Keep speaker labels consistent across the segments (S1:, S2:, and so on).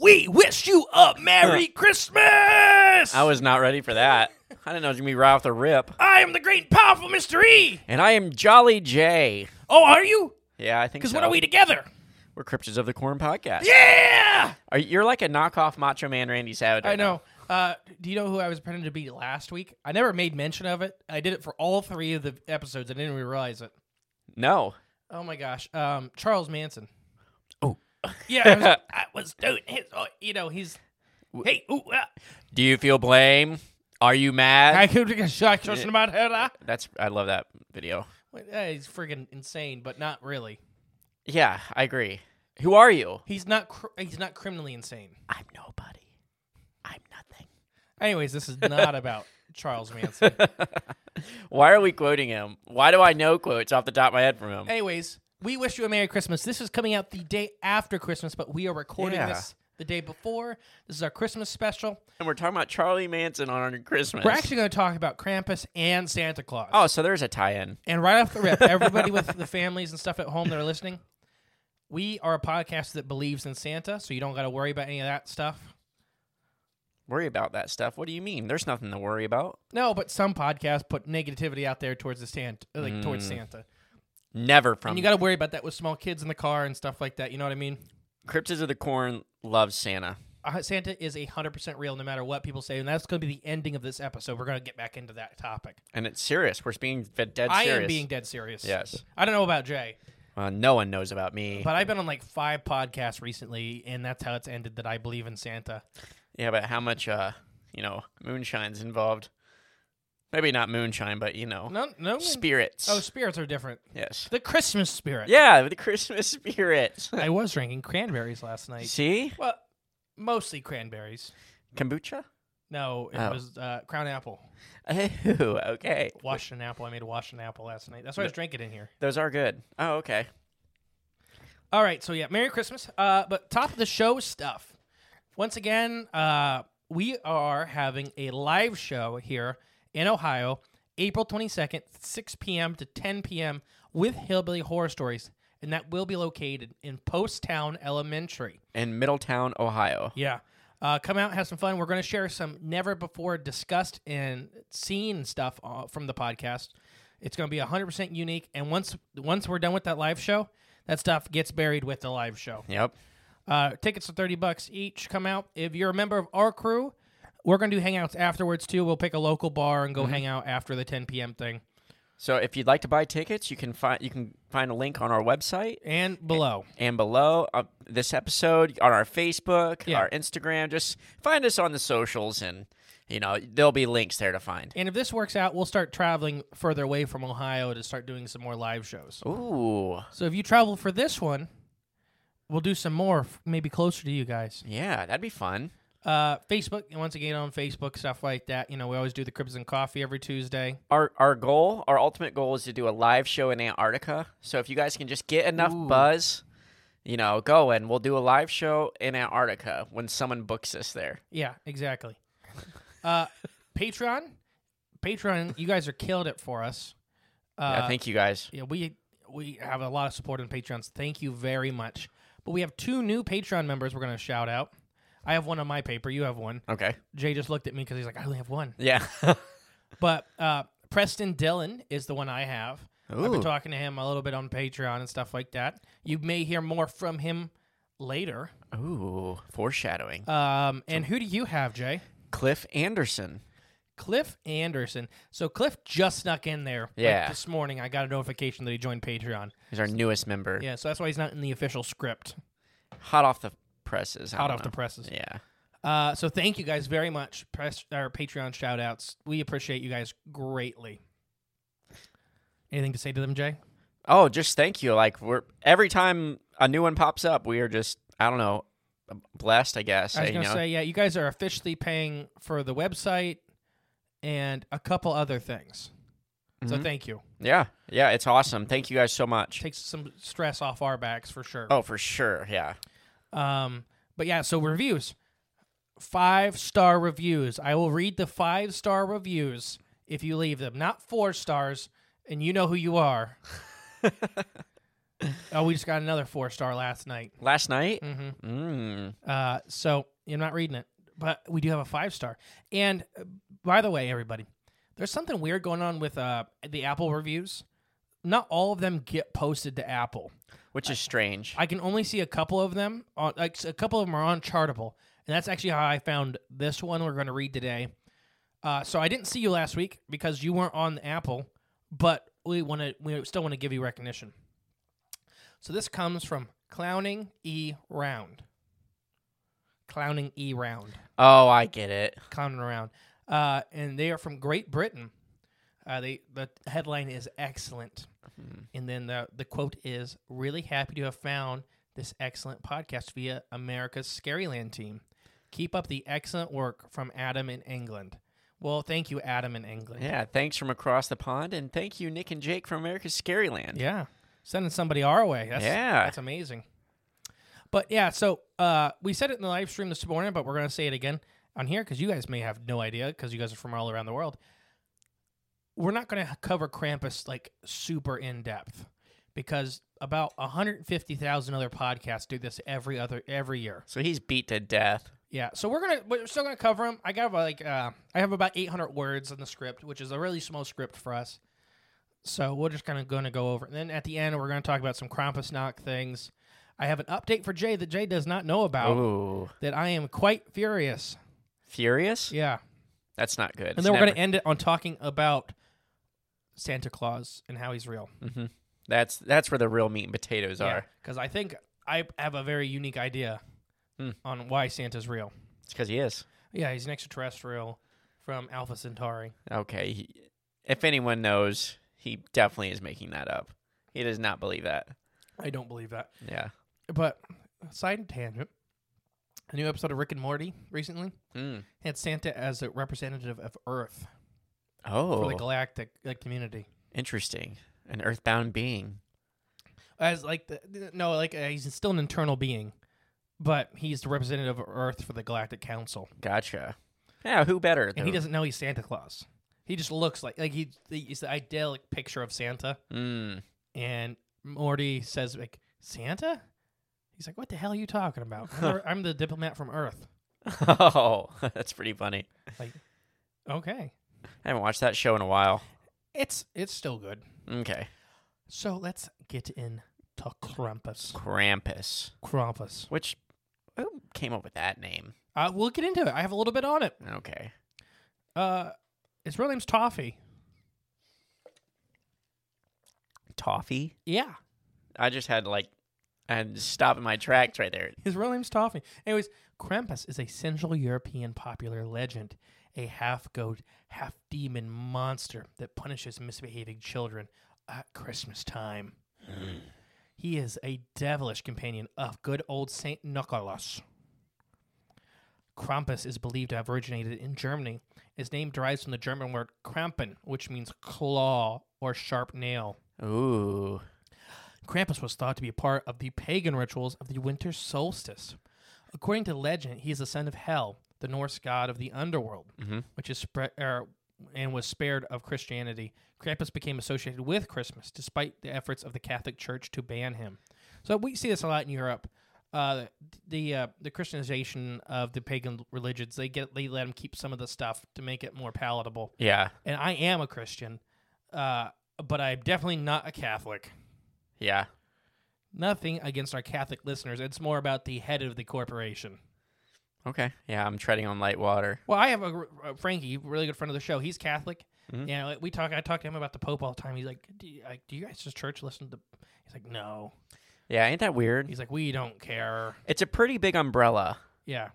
S1: We wish you a Merry Christmas!
S2: I
S1: I,
S2: was not ready for that. I didn't know it was gonna be right off the rip.
S1: am the great and powerful Mr. E!
S2: And I am Jolly J.
S1: Oh, are you?
S2: Yeah, I think.
S1: Because
S2: so.
S1: what are we together?
S2: We're Cryptids of the Corn podcast.
S1: Yeah!
S2: Are, you're like a knockoff Macho Man Randy Savage.
S1: I
S2: right now.
S1: know. Uh, do you know who I was pretending to be last week? I never made mention of it. I did it for all three of the episodes. I didn't even realize it.
S2: No.
S1: Oh my gosh. Um, Charles Manson. Oh. Yeah, I was, I was doing his, oh, you know, he's. Hey, ooh, ah.
S2: Do you feel blame? Are you mad?
S1: I could get shot question about her. ah.
S2: That's. I love that video.
S1: Wait, ah, He's friggin' insane, but not really.
S2: Yeah, I agree. Who are you?
S1: He's not. Cr- he's not criminally insane.
S2: I'm nobody. I'm nothing.
S1: Anyways, this is not about Charles Manson.
S2: Why are we quoting him? Why do I know quotes off the top of my head from him?
S1: Anyways, we wish you a Merry Christmas. This is coming out the day after Christmas, but we are recording
S2: Yeah.
S1: this the day before. This is our Christmas special.
S2: And we're talking about Charlie Manson on our Christmas.
S1: We're actually going to talk about Krampus and Santa Claus.
S2: Oh, so there's a tie-in.
S1: And right off the rip, everybody with the families and stuff at home that are listening, we are a podcast that believes in Santa, so you don't got to worry about any of that stuff.
S2: Worry about that stuff. What do you mean? There's nothing to worry about.
S1: No, but some podcasts put negativity out there towards the Santa, like towards
S2: Mm.
S1: Santa.
S2: Never from
S1: And you got to worry about that with small kids in the car and stuff like that. You know what I mean?
S2: Cryptids of the Corn loves Santa.
S1: Uh, Santa is 100% real no matter what people say, and that's going to be the ending of this episode. We're going to get back into that topic.
S2: And it's serious. We're being fe- dead
S1: I
S2: serious.
S1: am being dead serious.
S2: Yes.
S1: I don't know about Jay,
S2: Well, no one knows about me.
S1: but I've been on like five podcasts recently, and that's how it's ended that I believe in Santa.
S2: yeah, but how much, uh, you know, moonshine's involved? Maybe not moonshine, but, you know,
S1: No, no. man.
S2: spirits.
S1: Oh, spirits are different.
S2: yes.
S1: The Christmas spirit.
S2: Yeah, the Christmas spirits.
S1: I was drinking cranberries last night.
S2: See?
S1: Well, mostly cranberries.
S2: Kombucha?
S1: No, it
S2: Oh.
S1: was uh, crown apple.
S2: Oh, okay.
S1: Washington apple. I made a Washington apple last night. That's why I was drinking in here.
S2: Those are good. Oh, okay.
S1: All right, so yeah, Merry Christmas. Uh, but top of the show stuff. Once again, uh, we are having a live show here in Ohio, April 22nd, 6 p.m. to 10 p.m. with Hillbilly Horror Stories, and that will be located in Post Town Elementary.
S2: In Middletown, Ohio.
S1: Yeah. Uh, come out, have some fun. We're going to share some never before discussed and seen stuff uh, from the podcast. It's going to be 100% unique. And once once we're done with that live show, that stuff gets buried with the live show.
S2: Yep.
S1: Uh, tickets are 30 bucks each. Come out. If you're a member of our crew, we're going to do hangouts afterwards too. We'll pick a local bar and go hang out after the 10 p.m. thing.
S2: So if you'd like to buy tickets, you can find you can find a link on our website
S1: And below.
S2: and below uh, this episode on our Facebook,
S1: Yeah.
S2: our Instagram. Just find us on the socials, and you know there'll be links there to find.
S1: And if this works out, we'll start traveling further away from Ohio to start doing some more live shows.
S2: Ooh,
S1: So if you travel for this one, we'll do some more, f- maybe closer to you guys.
S2: yeah, that'd be fun.
S1: Uh, Facebook, and once again on Facebook, stuff like that. You know, we always do the Cribs and Coffee every Tuesday.
S2: Our our goal, our ultimate goal, is to do a live show in Antarctica. So if you guys can just get enough buzz, you know, go and we'll do a live show in Antarctica when someone books us there.
S1: Yeah, exactly. Uh, Patreon, Patreon, you guys are killed it for us. Uh,
S2: yeah, thank you guys.
S1: yeah, we we have a lot of support on Patreons. Thank you very much. But we have two new Patreon members. We're gonna shout out. I have one on my paper. You have one.
S2: Okay.
S1: Jay just looked at me because he's like, I only have one.
S2: Yeah.
S1: But uh, Preston Dillon is the one I have. I've been
S2: Ooh.
S1: talking to him a little bit on Patreon and stuff like that. You may hear more from him later.
S2: Ooh, foreshadowing.
S1: Um, and who do you have, Jay?
S2: Cliff Anderson.
S1: Cliff Anderson. So Cliff just snuck in there. like,
S2: Yeah.
S1: this morning, I got a notification that he joined Patreon.
S2: He's our newest member.
S1: Yeah, so that's why he's not in the official script.
S2: Hot off the presses. I
S1: Hot
S2: don't
S1: off the
S2: know.
S1: presses.
S2: Yeah.
S1: Uh, so thank you guys very much. Press our Patreon shout outs. We appreciate you guys greatly. Anything to say to them, Jay?
S2: Oh, just thank you. Like we're every time a new one pops up, we are just I don't know blessed, I guess. eh,
S1: I was
S2: you
S1: gonna
S2: know,
S1: say, yeah, you guys are officially paying for the website and a couple other things.
S2: Mm-hmm.
S1: So thank you.
S2: yeah, yeah, it's awesome. Thank you guys so much.
S1: Takes some stress off our backs for sure.
S2: Oh, for sure. Yeah.
S1: Um, but yeah, so reviews. Five star reviews. I will read the five star reviews if you leave them. Not four stars, and you know who you are. oh, we just got another four star last night.
S2: Last night.
S1: Mhm.
S2: Mm.
S1: Uh, so I'm not reading it, but we do have a five star. And uh, by the way, everybody, there's something weird going on with uh, the Apple reviews. Not all of them get posted to Apple.
S2: Which is strange.
S1: I can only see a couple of them. On, like s- a couple of them are on Chartable, and that's actually how I found this one we're going to read today. Uh, so I didn't see you last week because you weren't on Apple, but we want to. We still want to give you recognition. So this comes from clowning e round. Clowning e round
S2: oh, I get it.
S1: clowning around. Uh, and they are from Great Britain. Uh, they the headline is excellent, and then the the quote is really happy to have found this excellent podcast via America's Scaryland team. Keep up the excellent work from Adam in England. Well, thank you, Adam in England.
S2: Yeah. Thanks from across the pond, and thank you, Nick and Jake from America's Scary Land.
S1: Yeah. Sending somebody our way. That's,
S2: Yeah.
S1: That's amazing. But yeah, so uh, we said it in the live stream this morning, but we're going to say it again on here because you guys may have no idea because you guys are from all around the world. We're not going to cover Krampus like super in depth because about 150,000 other podcasts do this every other every year.
S2: So he's beat to death.
S1: Yeah, so we're gonna we're still gonna cover them. I got like uh, I have about 800 words in the script, which is a really small script for us. So we're just kind of gonna go over, and then at the end we're gonna talk about some Krampusnacht things. I have an update for Jay that Jay does not know about
S2: Ooh.
S1: that I am quite furious.
S2: Furious?
S1: Yeah,
S2: That's not good.
S1: and then we're gonna end it on talking about Santa Claus and how he's real.
S2: That's that's where the real meat and potatoes are.
S1: because I think I have a very unique idea
S2: Hmm.
S1: on why Santa's real.
S2: It's because he is.
S1: Yeah, he's an extraterrestrial from Alpha Centauri.
S2: Okay. he- if anyone knows, he definitely is making that up. He does not believe that.
S1: I don't believe that.
S2: Yeah.
S1: But side tangent, a new episode of Rick and Morty recently
S2: Mm.
S1: had Santa as a representative of Earth for
S2: Oh,
S1: the galactic like community.
S2: interesting. An earthbound being.
S1: As like the, no, like uh, he's still an internal being, but he's the representative of Earth for the Galactic Council,
S2: Gotcha. Yeah, who better?
S1: and he
S2: than-
S1: doesn't know he's Santa Claus. He just looks like like he he's the idyllic picture of Santa,
S2: Mm.
S1: and Morty says like Santa. He's like, "What the hell are you talking about? I'm the, I'm the diplomat from Earth."
S2: Oh, that's pretty funny.
S1: Like, okay,
S2: I haven't watched that show in a while.
S1: it's it's still good.
S2: Okay.
S1: So let's get in to Krampus.
S2: Krampus.
S1: Krampus.
S2: Which who came up with that name?
S1: Uh, we'll get into it. I have a little bit on it.
S2: Okay.
S1: Uh, his real name's Toffee.
S2: Toffee?
S1: Yeah,
S2: I just had like I had to stop in my tracks right there.
S1: his real name's Toffee. Anyways, Krampus is a Central European popular legend, a half goat, half demon monster that punishes misbehaving children at Christmas time. he is a devilish companion of good old Saint Nicholas. Krampus is believed to have originated in Germany. His name derives from the German word Krampen, which means claw or sharp nail.
S2: Ooh.
S1: Krampus was thought to be a part of the pagan rituals of the winter solstice. According to legend, he is the son of Hel, the Norse god of the underworld, which is spread er, and was spared of Christianity. Krampus became associated with Christmas, despite the efforts of the Catholic Church to ban him. So we see this a lot in Europe. Uh, the uh, the Christianization of the pagan religions they get they let them keep some of the stuff to make it more palatable.
S2: Yeah.
S1: And I am a Christian, uh, but I'm definitely not a Catholic
S2: Yeah.
S1: nothing against our Catholic listeners. It's more about the head of the corporation.
S2: Okay. Yeah, I'm treading on light water.
S1: Well, I have a, a Frankie, really good friend of the show. He's Catholic. Yeah, like, we talk. I talk to him about the Pope all the time. He's like, "Do you, like, do you guys just church listen to?" He's like, "No."
S2: Yeah, ain't that weird?
S1: He's like, "We don't care."
S2: It's a pretty big umbrella.
S1: Yeah.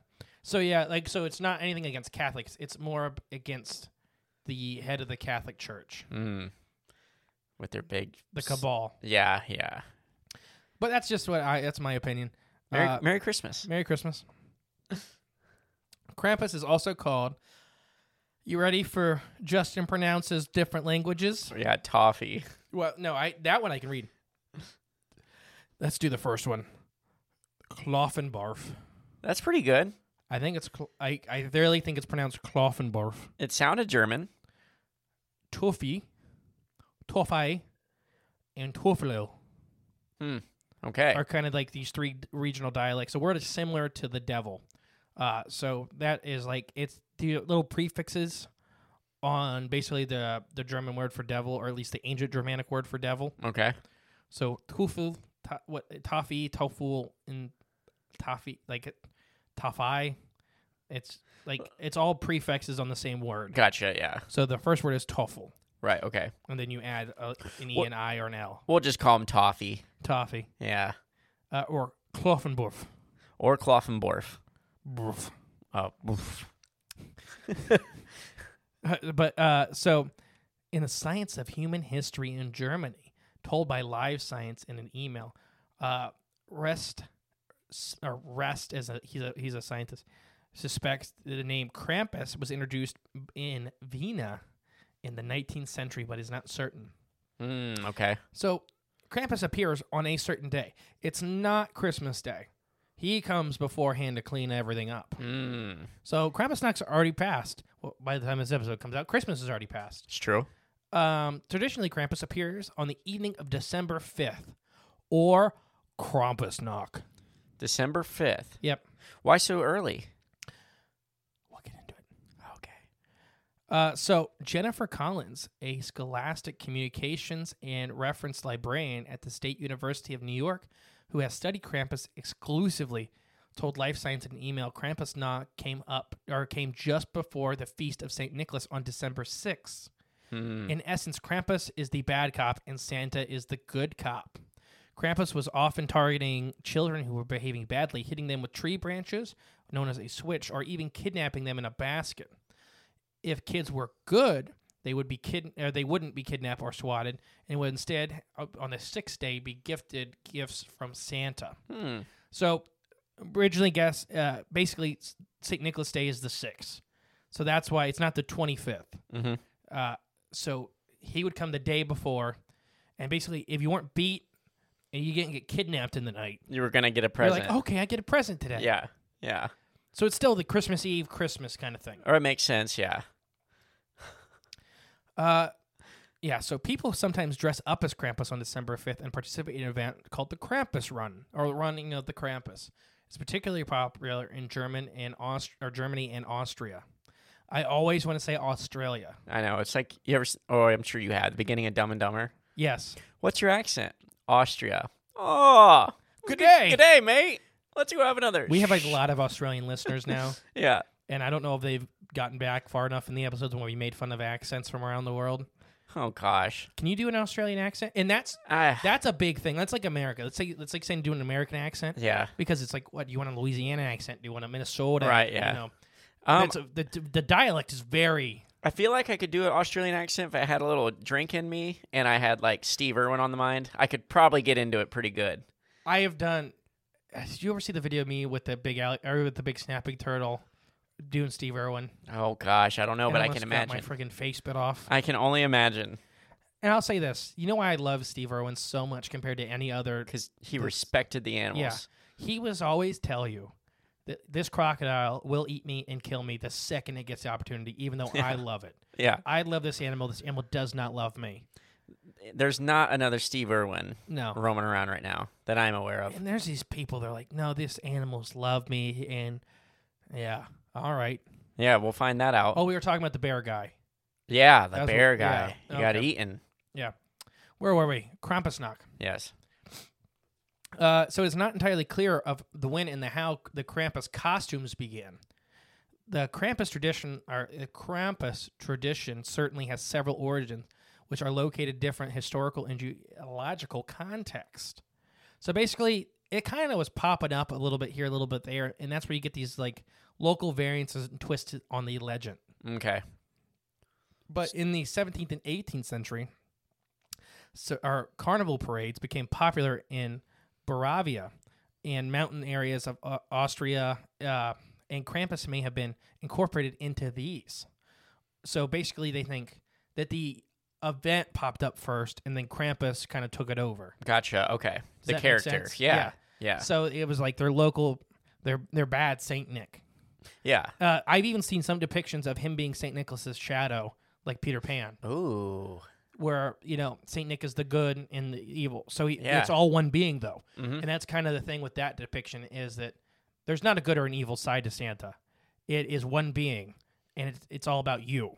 S1: So yeah, like so, it's not anything against Catholics. It's more ab- against the head of the Catholic Church,
S2: Mm. With their big
S1: the
S2: s-
S1: cabal.
S2: Yeah, yeah.
S1: But that's just what I. That's my opinion.
S2: Merry,
S1: Uh,
S2: Merry Christmas.
S1: Merry Christmas. Krampus is also called. You ready for Justin pronounces different languages?
S2: yeah, toffee.
S1: Well, no, I that one I can read. Let's do the first one. Kloffenbarf.
S2: That's pretty good.
S1: I think it's cl- I I really think it's pronounced Kloffenbarf.
S2: It sounded German.
S1: Toffee, Toffee, and Toffelo
S2: Okay.
S1: are kind of like these three d- regional dialects. The word is similar to the devil. Uh, so that is like it's the little prefixes on basically the the German word for devil, or at least the ancient Germanic word for devil.
S2: Okay.
S1: So tofu, ta- what toffee, tofu, and toffee, like it- toffee. It's like it's all prefixes on the same word.
S2: Gotcha. Yeah.
S1: So the first word is tofu,
S2: Right. Okay.
S1: and then you add a, an e
S2: What-
S1: and i or an l.
S2: We'll just call him toffee.
S1: Toffee
S2: Yeah.
S1: uh, or Kloffenborf.
S2: Or Kloffenborf.
S1: Borf.
S2: Oh, oof.
S1: Uh, But uh, so, in the science of human history in Germany, told by Live Science in an email, uh, Rest s- or Rest as a he's a he's a scientist suspects that the name Krampus was introduced in Vienna in the 19th century, but is not certain.
S2: Mm, okay.
S1: So, Krampus appears on a certain day. It's not Christmas Day. He comes beforehand to clean everything up.
S2: Mm,
S1: So Krampus Knox are already passed. Well, by the time this episode comes out, Christmas is already passed.
S2: it's true.
S1: Um, traditionally, Krampus appears on the evening of December 5th or Krampus Knock.
S2: December 5th.
S1: Yep.
S2: Why so early?
S1: We'll get into it.
S2: Okay.
S1: Uh, so, Jennifer Collins, a scholastic communications and reference librarian at the State University of New York, who has studied Krampus exclusively, told Life Science in an email Krampus Knock came up or came just before the feast of St. Nicholas on December 6th.
S2: Hmm.
S1: In essence, Krampus is the bad cop and Santa is the good cop. Krampus was often targeting children who were behaving badly, hitting them with tree branches, known as a switch, or even kidnapping them in a basket. If kids were good, they would be kid or they wouldn't be kidnapped or swatted, and would instead, uh, on the sixth day, be gifted gifts from Santa.
S2: Hmm.
S1: So, originally, guess uh, basically St. Nicholas Day is the sixth, so that's why it's not the twenty fifth.
S2: Mm-hmm.
S1: Uh, so he would come the day before, and basically, if you weren't beat and you didn't get kidnapped in the night,
S2: You were going to get a present.
S1: you're like, okay, I get a present today.
S2: Yeah. Yeah.
S1: So it's still the Christmas Eve, Christmas kind of thing.
S2: Or it makes sense. Yeah.
S1: Uh, yeah. So people sometimes dress up as Krampus on December 5th and participate in an event called the Krampus Run or the Running of the Krampus. It's particularly popular in German and Aust- or Germany and Austria. I always want to say Australia.
S2: I know. It's like, you ever, s- oh, I'm sure you had the beginning of Dumb and Dumber.
S1: Yes.
S2: What's your accent? Austria. Oh,
S1: Good day.
S2: Good day, mate. Let's go have another.
S1: We have
S2: like
S1: a lot of Australian listeners now.
S2: yeah.
S1: and I don't know if they've gotten back far enough in the episodes where we made fun of accents from around the world.
S2: Oh gosh.
S1: Can you do an Australian accent? And that's
S2: I,
S1: that's a big thing. That's like America. Let's say let's like saying do an American accent.
S2: yeah.
S1: Because it's like what do you want a Louisiana accent? Do you want a Minnesota?
S2: Right,
S1: You
S2: yeah.
S1: know,
S2: Um,
S1: that's a, the the dialect is very.
S2: I feel like I could do an Australian accent if I had a little drink in me and I had like Steve Irwin on the mind. I could probably get into it pretty good.
S1: I have done. Did you ever see the video of me with the big ale- or with the big snapping turtle doing Steve Irwin?
S2: Oh gosh, I don't know,
S1: And
S2: but I
S1: almost
S2: can
S1: got
S2: imagine.
S1: my freaking face bit off.
S2: I can only imagine
S1: and I'll say this: you know why I love Steve Irwin so much compared to any other
S2: because he respected the animals.
S1: Yeah. He was always tell you that this crocodile will eat me and kill me the second it gets the opportunity, even though I love it.
S2: Yeah.
S1: I love this animal. This animal does not love me.
S2: There's not another Steve Irwin
S1: No.
S2: roaming around right now that I'm aware of.
S1: And there's these people they're like, No, this animals love me and yeah. All right.
S2: Yeah, we'll find that out.
S1: Oh, we were talking about the bear guy.
S2: yeah, the
S1: that's what-
S2: bear
S1: yeah,
S2: guy. He got
S1: okay.
S2: eaten.
S1: Yeah. Where were we? Krampusnacht.
S2: Yes.
S1: Uh, so it's not entirely clear of the when and the how the Krampus costumes began. The Krampus tradition, or the Krampus tradition, certainly has several origins, which are located different historical and geological context. So basically, it kind of was popping up a little bit here, a little bit there, and that's where you get these like local variances and twists on the legend.
S2: Okay.
S1: But in the 17th and 18th century, so our carnival parades became popular in Baravia, and mountain areas of uh, Austria, uh, and Krampus may have been incorporated into these. So basically, they think that the event popped up first, and then Krampus kind of took it over.
S2: Gotcha. Okay. the
S1: that make
S2: character.
S1: sense?
S2: Yeah. Yeah. Yeah.
S1: So it was like their local, their their bad Saint Nick. Uh, I've even seen some depictions of him being Saint Nicholas's shadow, like Peter Pan,
S2: Ooh.
S1: where you know Saint Nick is the good and the evil. So he,
S2: Yeah.
S1: it's all one being though, and that's kind of the thing with that depiction is that there's not a good or an evil side to Santa. It is one being, and it's it's all about you.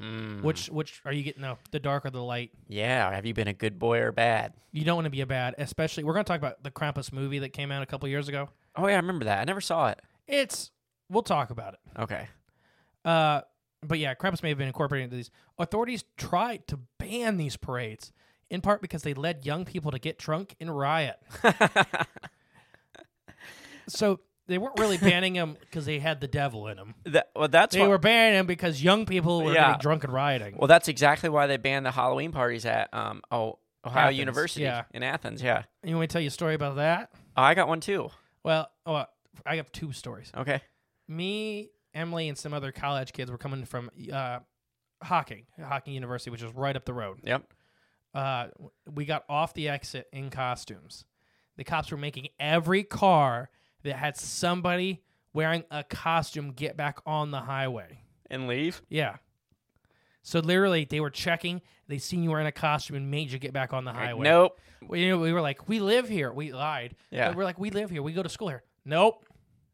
S2: Mm-hmm.
S1: Which which are you getting the the dark or the light?
S2: Hmm, Yeah. Have you been a good boy or bad?
S1: You don't want to be a bad, especially. We're going to talk about the Krampus movie that came out a couple years ago.
S2: Oh yeah, I remember that. I never saw it.
S1: It's we'll talk about it.
S2: Okay.
S1: Uh, but yeah, Krampus may have been incorporated into these. Authorities tried to ban these parades, in part because they led young people to get drunk and riot. so they weren't really banning them because they had the devil in them.
S2: That, well, that's
S1: They
S2: why,
S1: were banning them because young people were
S2: Yeah.
S1: getting drunk and rioting.
S2: well, that's exactly why they banned the Halloween parties at um oh Ohio
S1: Athens,
S2: University
S1: yeah.
S2: in Athens. Yeah.
S1: you want me to tell you a story about that?
S2: Oh, I got one too.
S1: Well, oh, I have two stories.
S2: Okay.
S1: me, Emily, and some other college kids were coming from uh, Hocking, Hocking University, which is right up the road.
S2: Yep.
S1: Uh, w- we got off the exit in costumes. The cops were making every car that had somebody wearing a costume get back on the highway.
S2: And leave.
S1: Yeah. So literally, they were checking. They seen you wearing a costume and made you get back on the
S2: Like,
S1: highway.
S2: nope.
S1: We, you know, we were like, we live here. We lied.
S2: Yeah.
S1: But we're like, we live here. We go to school here. Nope.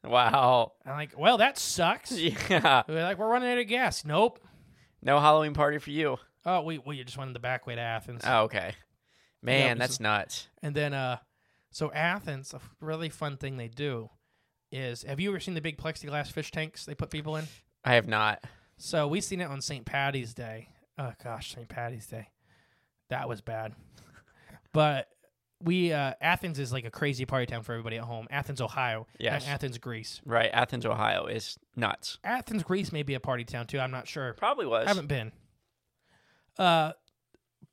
S2: Wow.
S1: I'm like, well, that sucks.
S2: Yeah.
S1: We're like, we're running out of gas. Nope.
S2: No Halloween party for you.
S1: Oh, we we just went in the back way to Athens,
S2: Oh, okay. Man,
S1: but
S2: that's
S1: so-
S2: nuts.
S1: and then uh, so Athens, a really fun thing they do is have you ever seen the big plexiglass fish tanks they put people in?
S2: I have not.
S1: So we seen it on St. Patty's Day. Oh gosh, St. Patty's Day, that was bad. But we uh, Athens is like a crazy party town for everybody at home. Athens, Ohio,
S2: Yes.
S1: and Athens, Greece.
S2: Right. Athens, Ohio is nuts.
S1: Athens, Greece may be a party town too. I'm not sure.
S2: Probably was.
S1: haven't been. Uh,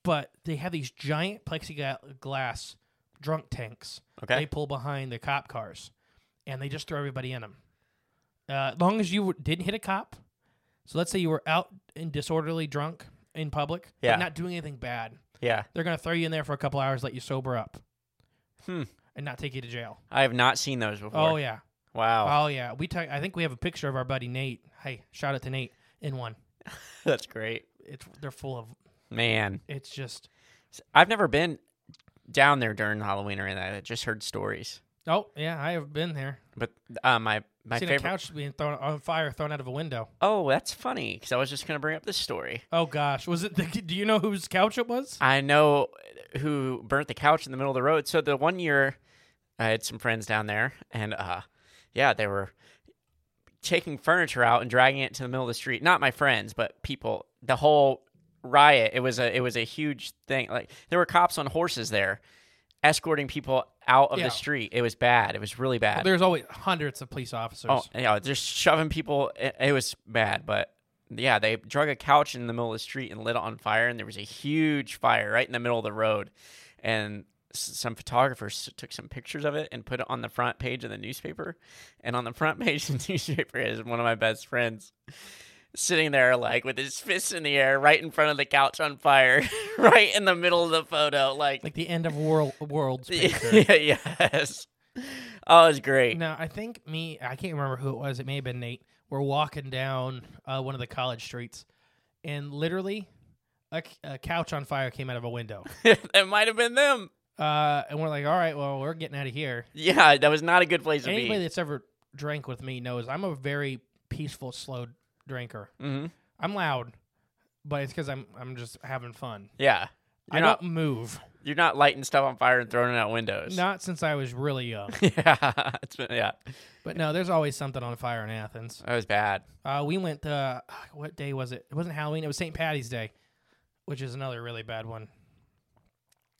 S1: but they have these giant plexiglass drunk tanks.
S2: Okay.
S1: They pull behind the cop cars, and they just throw everybody in them. Uh, as long as you were- didn't hit a cop, so let's say you were out and disorderly drunk in public,
S2: Yeah.
S1: but not doing anything bad,
S2: Yeah.
S1: they're gonna throw you in there for a couple hours, let you sober up,
S2: Hmm.
S1: and not take you to jail.
S2: I have not seen those before.
S1: Oh yeah,
S2: Wow.
S1: oh, yeah. We talk, I think we have a picture of our buddy Nate. Hey, shout out to Nate in one.
S2: That's great.
S1: It's they're full of.
S2: Man.
S1: It's just
S2: I've never been down there during Halloween or anything. I just heard stories.
S1: Oh yeah, I have been there.
S2: But uh, my my
S1: Seen a
S2: favorite.
S1: couch being thrown on fire, thrown out of a window.
S2: Oh, that's funny because I was just gonna bring up this story.
S1: Oh gosh, was it? The, do you know whose couch it was?
S2: I know who burnt the couch in the middle of the road. So the one year, I had some friends down there, and uh, yeah, they were taking furniture out and dragging it to the middle of the street. Not my friends, but people. The whole riot. It was a it was a huge thing. Like there were cops on horses there, escorting people out of
S1: Yeah.
S2: the street. It was bad. It was really bad.
S1: There's always hundreds of police officers.
S2: Oh, yeah, just shoving people. It, it was bad, but yeah, they drug a couch in the middle of the street and lit it on fire, and there was a huge fire right in the middle of the road, and s- some photographers took some pictures of it and put it on the front page of the newspaper, and on the front page of the newspaper is one of my best friends sitting there like with his fists in the air right in front of the couch on fire right in the middle of the photo like,
S1: like the end of world worlds. picture.
S2: yeah yes oh it was great
S1: now I think me, I can't remember who it was. It may have been Nate. We're walking down uh, one of the college streets, and literally, a, c- a couch on fire came out of a window.
S2: it might have been them
S1: Uh, and we're like, all right, well, we're getting out of here.
S2: Yeah, that was not a good place to
S1: Anybody
S2: be.
S1: that's ever drank with me knows I'm a very peaceful, slow drinker.
S2: hmm
S1: I'm loud, but it's because I'm I'm just having fun.
S2: Yeah,
S1: I
S2: you're not
S1: don't move.
S2: you're not lighting stuff on fire and throwing it out windows.
S1: Not since I was really young.
S2: yeah, it's been, yeah,
S1: but no, there's always something on fire in Athens.
S2: that was bad.
S1: Uh, we went to ah, what day was it? It wasn't Halloween. It was St. Patty's Day, which is another really bad one.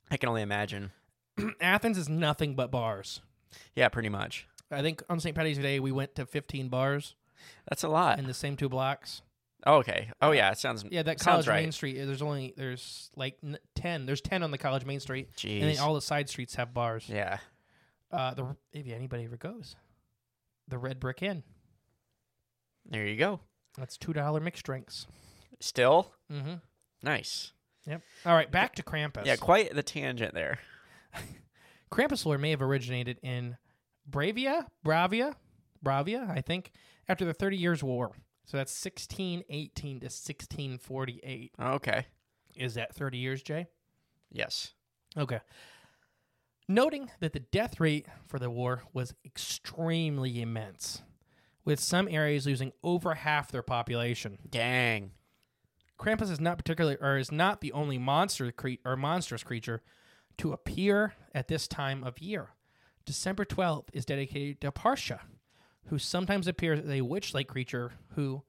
S2: I can only imagine.
S1: Athens is nothing but bars.
S2: Yeah, pretty much.
S1: I think on St. Patty's Day we went to 15 bars
S2: That's a lot.
S1: in the same two blocks.
S2: oh, okay. Oh yeah, it sounds
S1: Yeah, that
S2: sounds
S1: college
S2: right.
S1: main street. There's only there's like n- ten. There's ten on the college main street, and then
S2: Jeez.
S1: all the side streets have bars.
S2: yeah,
S1: Uh, the if anybody ever goes, the Red Brick Inn.
S2: There you go.
S1: That's two dollar mixed drinks.
S2: Still
S1: Mm-hmm.
S2: nice.
S1: Yep. All right, back to Krampus.
S2: Yeah, quite the tangent there.
S1: Krampus lore may have originated in Bravia, Bravia, Bravia, I think, after the Thirty Years' War. So that's 1618 to 1648.
S2: Oh, Okay.
S1: Is that 30 years, Jay?
S2: Yes.
S1: Okay. Noting that the death rate for the war was extremely immense, with some areas losing over half their population.
S2: Dang.
S1: Krampus is not particularly, or is not the only monster cre- or monstrous creature to appear at this time of year. December 12th is dedicated to Parsha, who sometimes appears as a witch-like creature who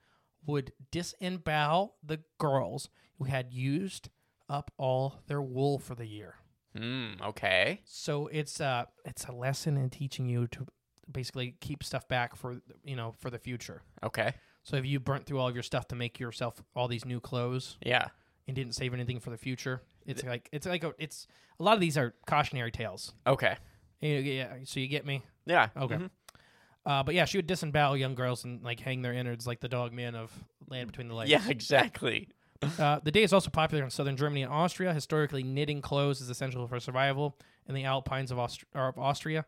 S1: would disembowel the girls who had used up all their wool for the year.
S2: Hmm. Okay.
S1: So it's uh it's a lesson in teaching you to basically keep stuff back for you know for the future.
S2: Okay.
S1: So if you burnt through all of your stuff to make yourself all these new clothes,
S2: Yeah.
S1: and didn't save anything for the future. It's like it's like a, it's a lot of these are cautionary tales.
S2: Okay.
S1: You know, yeah, so you get me.
S2: Yeah.
S1: Okay.
S2: Mhm.
S1: Uh, but yeah, she would disembowel young girls and like hang their innards like the dog man of Land Between the Legs.
S2: Yeah. Exactly.
S1: Uh, the day is also popular in southern Germany and Austria. Historically, knitting clothes is essential for survival in the Alpines of, Aust- or of Austria.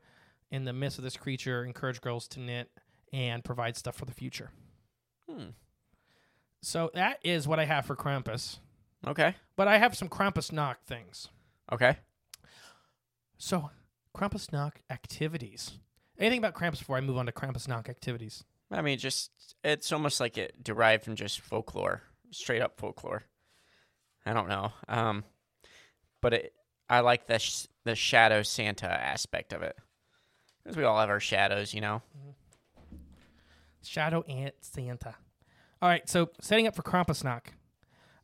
S1: In the midst of this creature, encourage girls to knit and provide stuff for the future.
S2: Hmm.
S1: So that is what I have for Krampus.
S2: Okay.
S1: But I have some Krampus knock things.
S2: Okay.
S1: So, Krampusnacht activities. Anything about Krampus before I move on to Krampusnacht activities?
S2: I mean, just it's almost like it derived from just folklore, straight up folklore. I don't know, um, but it, I like the sh- the shadow Santa aspect of it, because we all have our shadows, you know.
S1: Shadow Aunt Santa. All right, so setting up for Krampusnacht.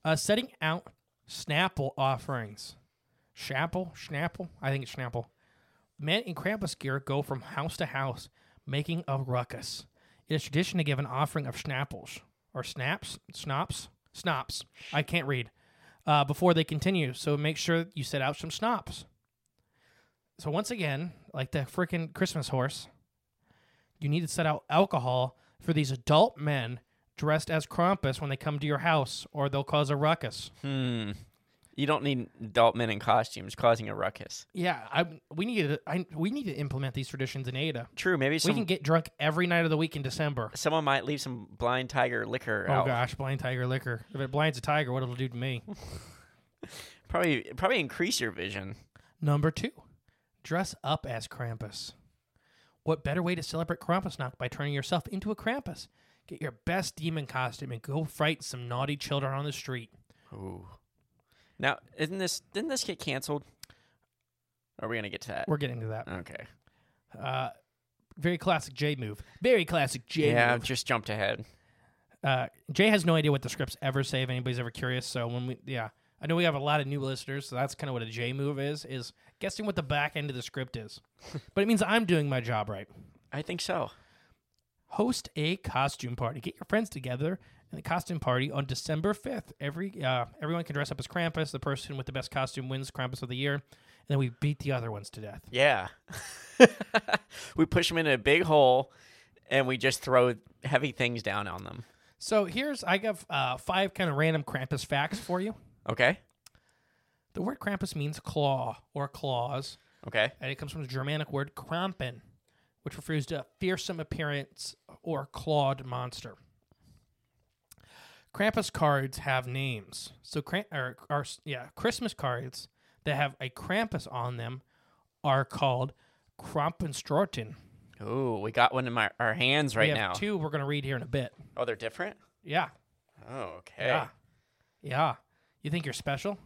S1: Uh, setting out Snapple offerings. Schnapple? Schnapple? I think it's Schnapple. Men in Krampus gear go from house to house, making a ruckus. It is tradition to give an offering of Schnapples, or snaps, snops, snops. I can't read. Uh, before they continue, so make sure you set out some snops. So once again, like the freaking Christmas horse, you need to set out alcohol for these adult men dressed as Krampus when they come to your house, or they'll cause a ruckus.
S2: Hmm. You don't need adult men in costumes causing a ruckus.
S1: Yeah, I we need to I, we need to implement these traditions in Ada.
S2: True, maybe
S1: We
S2: some,
S1: can get drunk every night of the week in December.
S2: someone might leave some blind tiger liquor
S1: Oh
S2: out.
S1: gosh, blind tiger liquor. If it blinds a tiger, what it'll do to me.
S2: Probably probably increase your vision.
S1: Number two, dress up as Krampus. What better way to celebrate Krampusnacht by turning yourself into a Krampus? Get your best demon costume and go frighten some naughty children on the street.
S2: Ooh. Now, isn't this didn't this get canceled? Are we gonna get to that?
S1: We're getting to that.
S2: okay.
S1: Uh, very classic J move. Very classic J
S2: yeah, I've
S1: move.
S2: just jumped ahead.
S1: Uh, Jay has no idea what the scripts ever say if anybody's ever curious. So when we, yeah, I know we have a lot of new listeners, so that's kind of what a J move is: is guessing what the back end of the script is. but it means I'm doing my job right.
S2: I think so.
S1: Host a costume party. Get your friends together in the costume party on December 5th. Every uh, everyone can dress up as Krampus. The person with the best costume wins Krampus of the year, and then we beat the other ones to death.
S2: Yeah. we push them in a big hole and we just throw heavy things down on them.
S1: So here's I have uh, five kind of random Krampus facts for you.
S2: Okay?
S1: The word Krampus means claw or claws,
S2: Okay.
S1: and it comes from the Germanic word krampen, which refers to a fearsome appearance or clawed monster. Krampus cards have names. So, Kramp- or, or, yeah, Christmas cards that have a Krampus on them are called Krampenstraten.
S2: Ooh, we got one in my, our hands right
S1: we have
S2: now.
S1: two we're going to read here in a bit.
S2: Oh, they're different?
S1: Yeah.
S2: Oh, okay.
S1: Yeah. Yeah. You think you're special?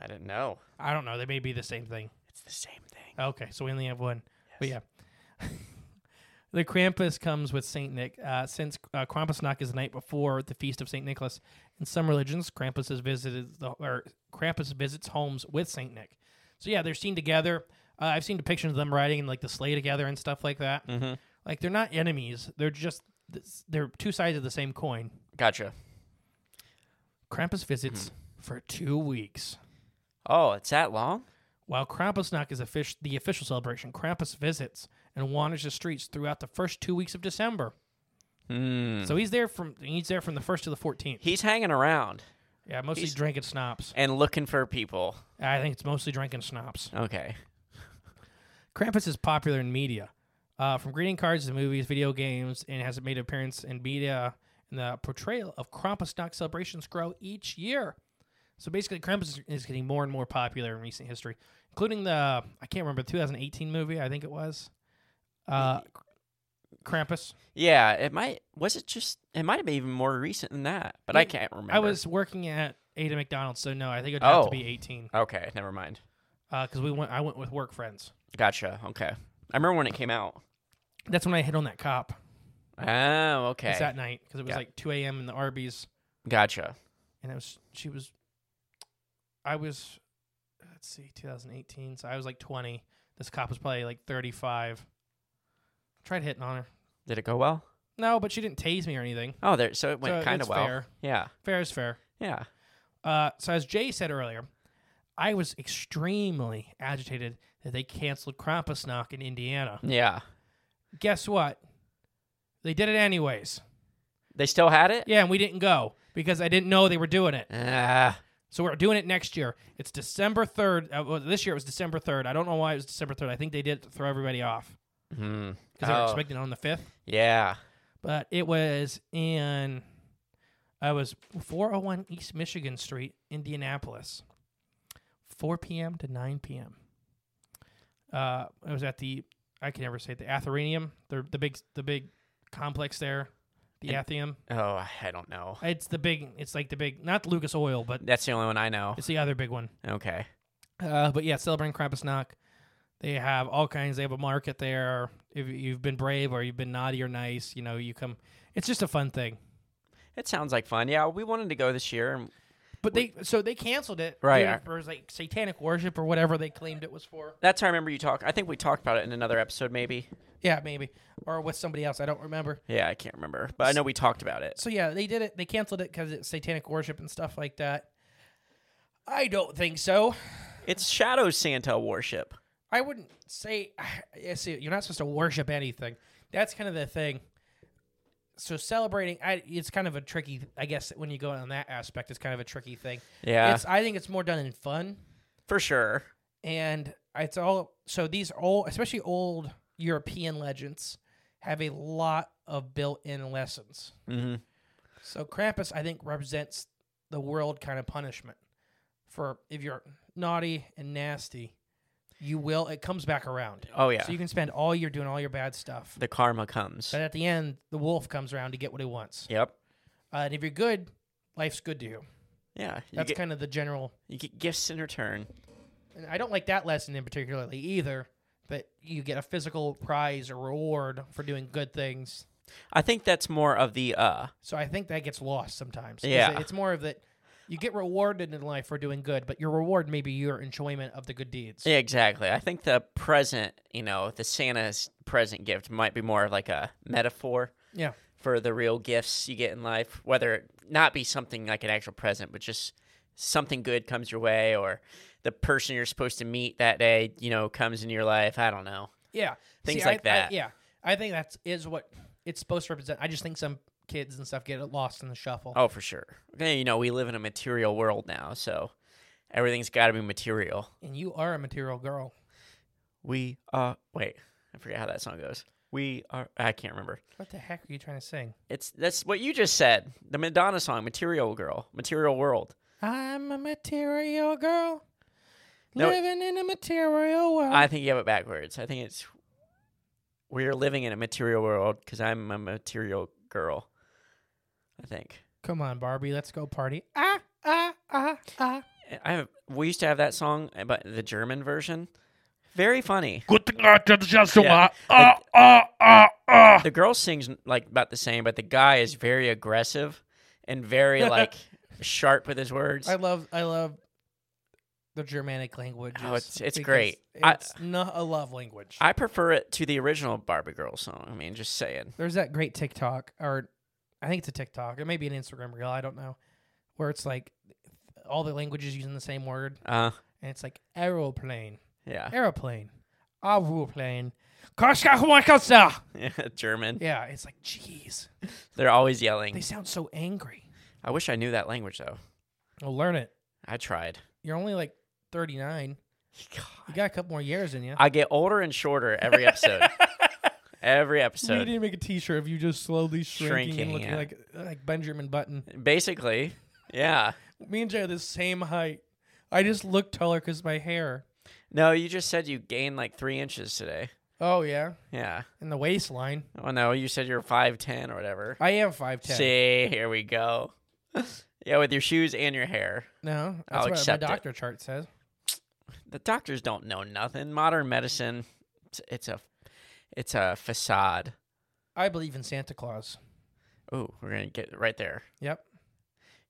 S2: I didn't know.
S1: I don't know. They may be the same thing.
S2: It's the same thing.
S1: Okay, so we only have one. But yeah. the Krampus comes with St. Nick. Uh, since uh, Krampusnacht is the night before the feast of St. Nicholas, in some religions, Krampus is visited the, or Krampus visits homes with St. Nick. So yeah, they're seen together. Uh, I've seen depictions of them riding in like the sleigh together and stuff like that. Mm-hmm. Like they're not enemies. They're just this- they're two sides of the same coin.
S2: Gotcha.
S1: Krampus visits for two weeks.
S2: Oh, it's that long?
S1: While Krampusnacht is offic- the official celebration, Krampus visits and wanders the streets throughout the first two weeks of December. So he's there from he's there from the first to the fourteenth.
S2: He's hanging around
S1: Yeah, mostly drinking schnapps.
S2: and looking for people.
S1: I think it's mostly drinking schnapps.
S2: Okay.
S1: Krampus is popular in media, uh, from greeting cards to movies, video games, and has made an appearance in media. And the portrayal of Krampusnacht celebrations grow each year. So basically, Krampus is- is getting more and more popular in recent history, including the I can't remember the 2018 movie I think it was, uh,
S2: Mm-hmm.
S1: Krampus.
S2: Yeah, it might was it just it might have been even more recent than that, but I can't remember.
S1: I was working at Ada McDonald's, so no, I think it'd have
S2: Oh.
S1: to be 18
S2: Okay, never mind.
S1: because we went. I went with work friends.
S2: Gotcha. Okay. I remember when it came out.
S1: That's when I hit on that cop.
S2: Oh, okay.
S1: It's that night because it was
S2: Yeah.
S1: like 2 a.m. in the Arby's.
S2: gotcha.
S1: and it was she was i was let's see 2018 so i was like 20 this cop was probably like 35 tried hitting on her
S2: Did it go well?
S1: no but she didn't tase me or anything
S2: Oh, there. So it went
S1: So
S2: kind of
S1: it's
S2: well.
S1: fair.
S2: Yeah.
S1: fair is fair
S2: Yeah.
S1: uh, so as jay said earlier i was extremely agitated that they canceled krampusnacht in indiana
S2: Yeah.
S1: guess what they did it anyways
S2: They still had it.
S1: yeah and we didn't go because i didn't know they were doing it
S2: Ah.
S1: So we're doing it next year. It's December 3rd. Uh, well, this year it was December 3rd. I don't know why it was December 3rd. I think they did it to throw everybody off
S2: Hmm.
S1: because they were
S2: Oh,
S1: expecting it on the 5th.
S2: Yeah.
S1: But it was in, I was 401 East Michigan Street, Indianapolis, 4 p.m. to 9 p.m. Uh, it was at the, I can never say it, the Athenium, the, the big the big complex there, the Athenium.
S2: Oh, I I don't know.
S1: It's the big, it's like the big, not Lucas Oil, but
S2: That's the only one I know.
S1: it's the other big one.
S2: Okay.
S1: Uh, but yeah, celebrating Krampusnacht. They have all kinds. They have a market there. If you've been brave or you've been naughty or nice, you know you come. It's just a fun thing.
S2: It sounds like fun. Yeah, we wanted to go this year. And
S1: But they so they canceled it.
S2: Right.
S1: due to- For like satanic worship or whatever they claimed it was for.
S2: that's how I remember you talk. I think we talked about it in another episode, maybe.
S1: Yeah, maybe or with somebody else. I don't remember.
S2: Yeah, I can't remember, but I know we talked about it.
S1: So yeah, they did it. They canceled it because it's satanic worship and stuff like that. I don't think so.
S2: It's Shadow Santa worship.
S1: I wouldn't say. Yeah, see, you're not supposed to worship anything. That's kind of the thing. So celebrating, I, it's kind of a tricky. I guess when you go on that aspect, it's kind of a tricky thing.
S2: Yeah.
S1: it's, I think it's more done in fun,
S2: For sure.
S1: and it's all. So these old, especially old European legends, have a lot of built-in lessons.
S2: Mm-hmm.
S1: So Krampus, I think, represents the world kind of punishment for if you're naughty and nasty, you will. It comes back around.
S2: Oh, yeah.
S1: So you can spend all year doing all your bad stuff,
S2: The karma comes.
S1: but at the end, the wolf comes around to get what he wants.
S2: Yep.
S1: Uh, and if you're good, life's good to you.
S2: Yeah. You
S1: That's
S2: get,
S1: kind of the general.
S2: you get gifts in return.
S1: And I don't like that lesson in particularly either. That you get a physical prize or reward for doing good things.
S2: I think that's more of the uh
S1: So I think that gets lost sometimes. 'Cause
S2: Yeah.
S1: It's more of that you get rewarded in life for doing good, but your reward may be your enjoyment of the good deeds.
S2: yeah, exactly. I think the present, you know, the Santa's present gift might be more of like a metaphor
S1: Yeah.
S2: for the real gifts you get in life, whether it not be something like an actual present, but just something good comes your way or the person you're supposed to meet that day, you know, comes into your life. I don't know.
S1: Yeah.
S2: Things
S1: See, I-
S2: like
S1: I-
S2: that.
S1: yeah. I think that's is what it's supposed to represent. I just think some kids and stuff get it lost in the shuffle.
S2: Oh, for sure. Okay, You know, we live in a material world now, so everything's got to be material.
S1: And you are a material girl.
S2: We are. Wait, I forget how that song goes. We are. I can't remember.
S1: What the heck are you trying to sing?
S2: It's that's what you just said. The Madonna song, "Material Girl," "Material World."
S1: I'm a material girl.
S2: No, it-
S1: living in a material world.
S2: I think you have it backwards. I think it's we're living in a material world because I'm a material girl. I think
S1: Come on, Barbie, let's go party. Ah, ah, ah, ah.
S2: I have, we used to have that song, eh, but the German version, very funny.
S3: Good thing I did just so
S2: Yeah.
S3: much. Ah, ah, ah, ah.
S2: The girl sings like about the same, but the guy is very aggressive and very like sharp with his words.
S1: I love I love the Germanic language.
S2: Oh, it's- it's great. I-
S1: It's not a love language.
S2: I prefer it to the original Barbie Girl song. I mean, just saying.
S1: There's that great TikTok, or I think it's a TikTok. It may be an Instagram reel. I don't know. Where it's like all the languages using the same word,
S2: Uh,
S1: and it's like aeroplane,
S2: yeah.
S1: aeroplane, aeroplane, Karskahumakaza.
S2: yeah. German.
S1: Yeah, it's like, jeez,
S2: They're always yelling.
S1: they sound so angry.
S2: I wish I knew that language though.
S1: Well, learn it.
S2: I tried.
S1: You're only like 39. You got a couple more years in you.
S2: I get older and shorter every episode. every episode.
S1: to make a T-shirt of you just slowly shrinking,
S2: Shrinking,
S1: and looking
S2: yeah.
S1: like like Benjamin Button.
S2: Basically, yeah.
S1: Me and Jay are the same height. I just look taller because my hair.
S2: No, you just said you gained like three inches today.
S1: Oh yeah,
S2: Yeah.
S1: and the waistline.
S2: Oh no, you said you're five ten or whatever.
S1: I am five ten.
S2: See, here we go. yeah, with your shoes and your hair.
S1: No, that's
S2: I'll
S1: what my
S2: accept it.
S1: doctor chart says.
S2: The doctors don't know nothing. Modern medicine, it's, it's a, it's a facade.
S1: I believe in Santa Claus.
S2: Oh, we're gonna get right there.
S1: Yep.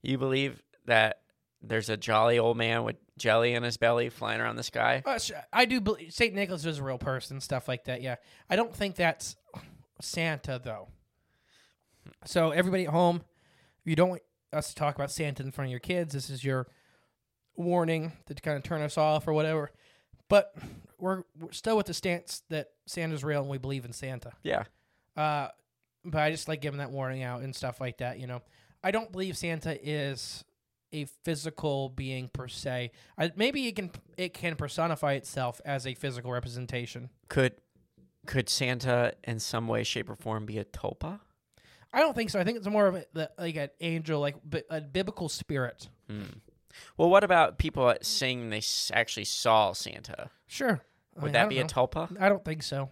S2: You believe that there's a jolly old man with jelly in his belly flying around the sky?
S1: Uh, sh- I do believe Saint Nicholas is a real person, stuff like that. Yeah, I don't think that's Santa though. So everybody at home, if you don't want us to talk about Santa in front of your kids, this is your warning to kind of turn us off or whatever. But we're, we're still with the stance that Santa's real and we believe in Santa.
S2: Yeah.
S1: Uh, but I just like giving that warning out and stuff like that. You know, I don't believe Santa is a physical being per se. I, maybe it can it can personify itself as a physical representation.
S2: Could could Santa in some way, shape, or form be a tulpa?
S1: I don't think so. I think it's more of a, the, like an angel, like bi- a biblical spirit.
S2: Hmm. Well, what about people that sing they s- actually saw Santa?
S1: Sure. I
S2: Would
S1: mean, I
S2: that
S1: don't
S2: be a
S1: know.
S2: tulpa?
S1: I don't think so.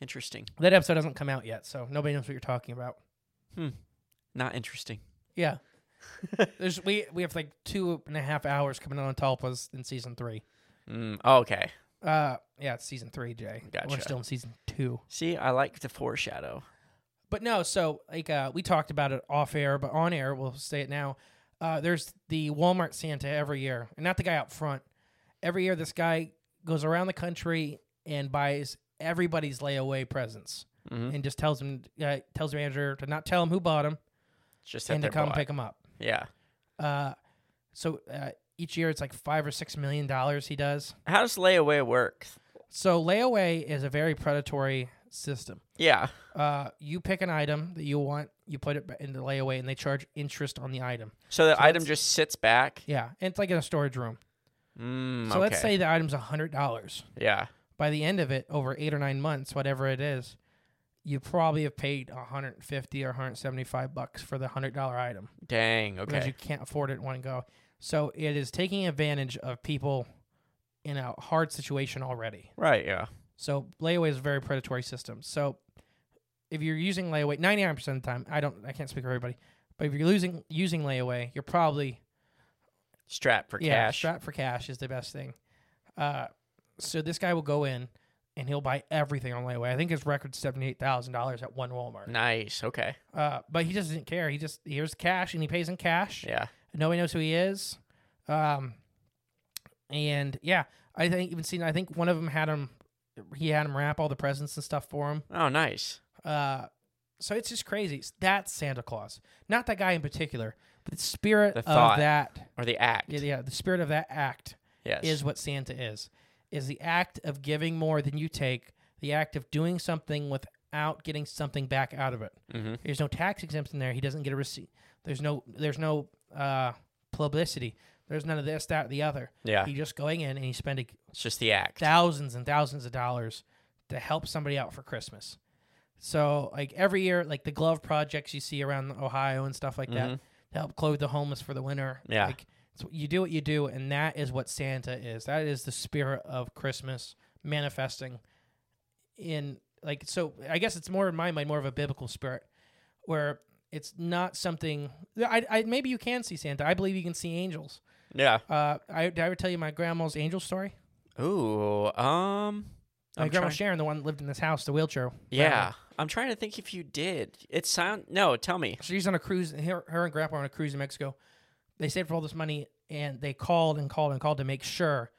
S2: Interesting.
S1: That episode hasn't come out yet, so nobody knows what you're talking about.
S2: Hmm. Not interesting.
S1: Yeah. There's we we have like two and a half hours coming on Talpas in season three.
S2: Mm, oh, okay.
S1: Uh yeah, it's season three, Jay. We're
S2: Gotcha.
S1: still in season two.
S2: See, I like to foreshadow.
S1: But no, so like uh, we talked about it off air, but on air we'll say it now. Uh, there's the Walmart Santa every year, and not the guy out front. Every year, this guy goes around the country and buys everybody's layaway presents,
S2: Mm-hmm.
S1: and just tells him uh, tells the manager to not tell him who bought them
S2: Just that
S1: and to
S2: they're
S1: come
S2: black.
S1: pick them up.
S2: Yeah.
S1: Uh, so uh, each year it's like five or six million dollars he does.
S2: How does layaway work?
S1: So layaway is a very predatory system.
S2: Yeah.
S1: Uh, you pick an item that you want, you put it ba- in the layaway, and they charge interest on the item.
S2: So the item just sits back.
S1: Yeah, and it's like in a storage room.
S2: Mm,
S1: So let's
S2: okay.
S1: say the item's hundred dollars.
S2: Yeah.
S1: By the end of it, over eight or nine months, whatever it is, you probably have paid 150 or 175 bucks for the hundred dollar item
S2: Dang.
S1: because
S2: Okay.
S1: you can't afford it in one go. So it is taking advantage of people in a hard situation already.
S2: Right. Yeah.
S1: So layaway is a very predatory system. So if you're using layaway, 99% of the time, I don't, I can't speak for everybody, but if you're losing using layaway, you're probably
S2: Strap for
S1: yeah,
S2: cash.
S1: strap for cash is the best thing. Uh, so this guy will go in and he'll buy everything on layaway. I think his record's seventy eight thousand dollars at one Walmart.
S2: Nice. Okay.
S1: Uh, but he just doesn't care. He just here's cash and he pays in cash.
S2: Yeah.
S1: Nobody knows who he is. Um, and yeah, I think even seen. I think one of them had him. He had him wrap all the presents and stuff for him.
S2: Oh, nice.
S1: Uh, so it's just crazy. That's Santa Claus, not that guy in particular, but the spirit
S2: The
S1: of
S2: thought.
S1: that.
S2: Or the act.
S1: Yeah, yeah, the spirit of that act
S2: Yes.
S1: is what Santa is. Is the act of giving more than you take, the act of doing something without getting something back out of it.
S2: Mm-hmm.
S1: There's no tax exempt in there. He doesn't get a receipt. There's no there's no uh, publicity. There's none of this, that, the other.
S2: Yeah.
S1: He's just going in and he's spending
S2: It's just the act.
S1: thousands and thousands of dollars to help somebody out for Christmas. So like every year, like the glove projects you see around Ohio and stuff like that to help clothe the homeless for the winter.
S2: Yeah.
S1: Like it's, you do what you do, and that is what Santa is. That is the spirit of Christmas manifesting in like so I guess it's more in my mind more of a biblical spirit where it's not something I, I maybe you can see Santa. I believe you can see angels.
S2: yeah.
S1: Uh, I did I ever tell you my grandma's angel story?
S2: Ooh. Um.
S1: My
S2: I'm
S1: grandma
S2: trying-
S1: Sharon, the one that lived in this house, the wheelchair.
S2: Yeah. I'm trying to think if you did. It sound. No. Tell me.
S1: She's on a cruise. Her, her and grandpa are on a cruise in Mexico. They saved for all this money, and they called and called and called to make sure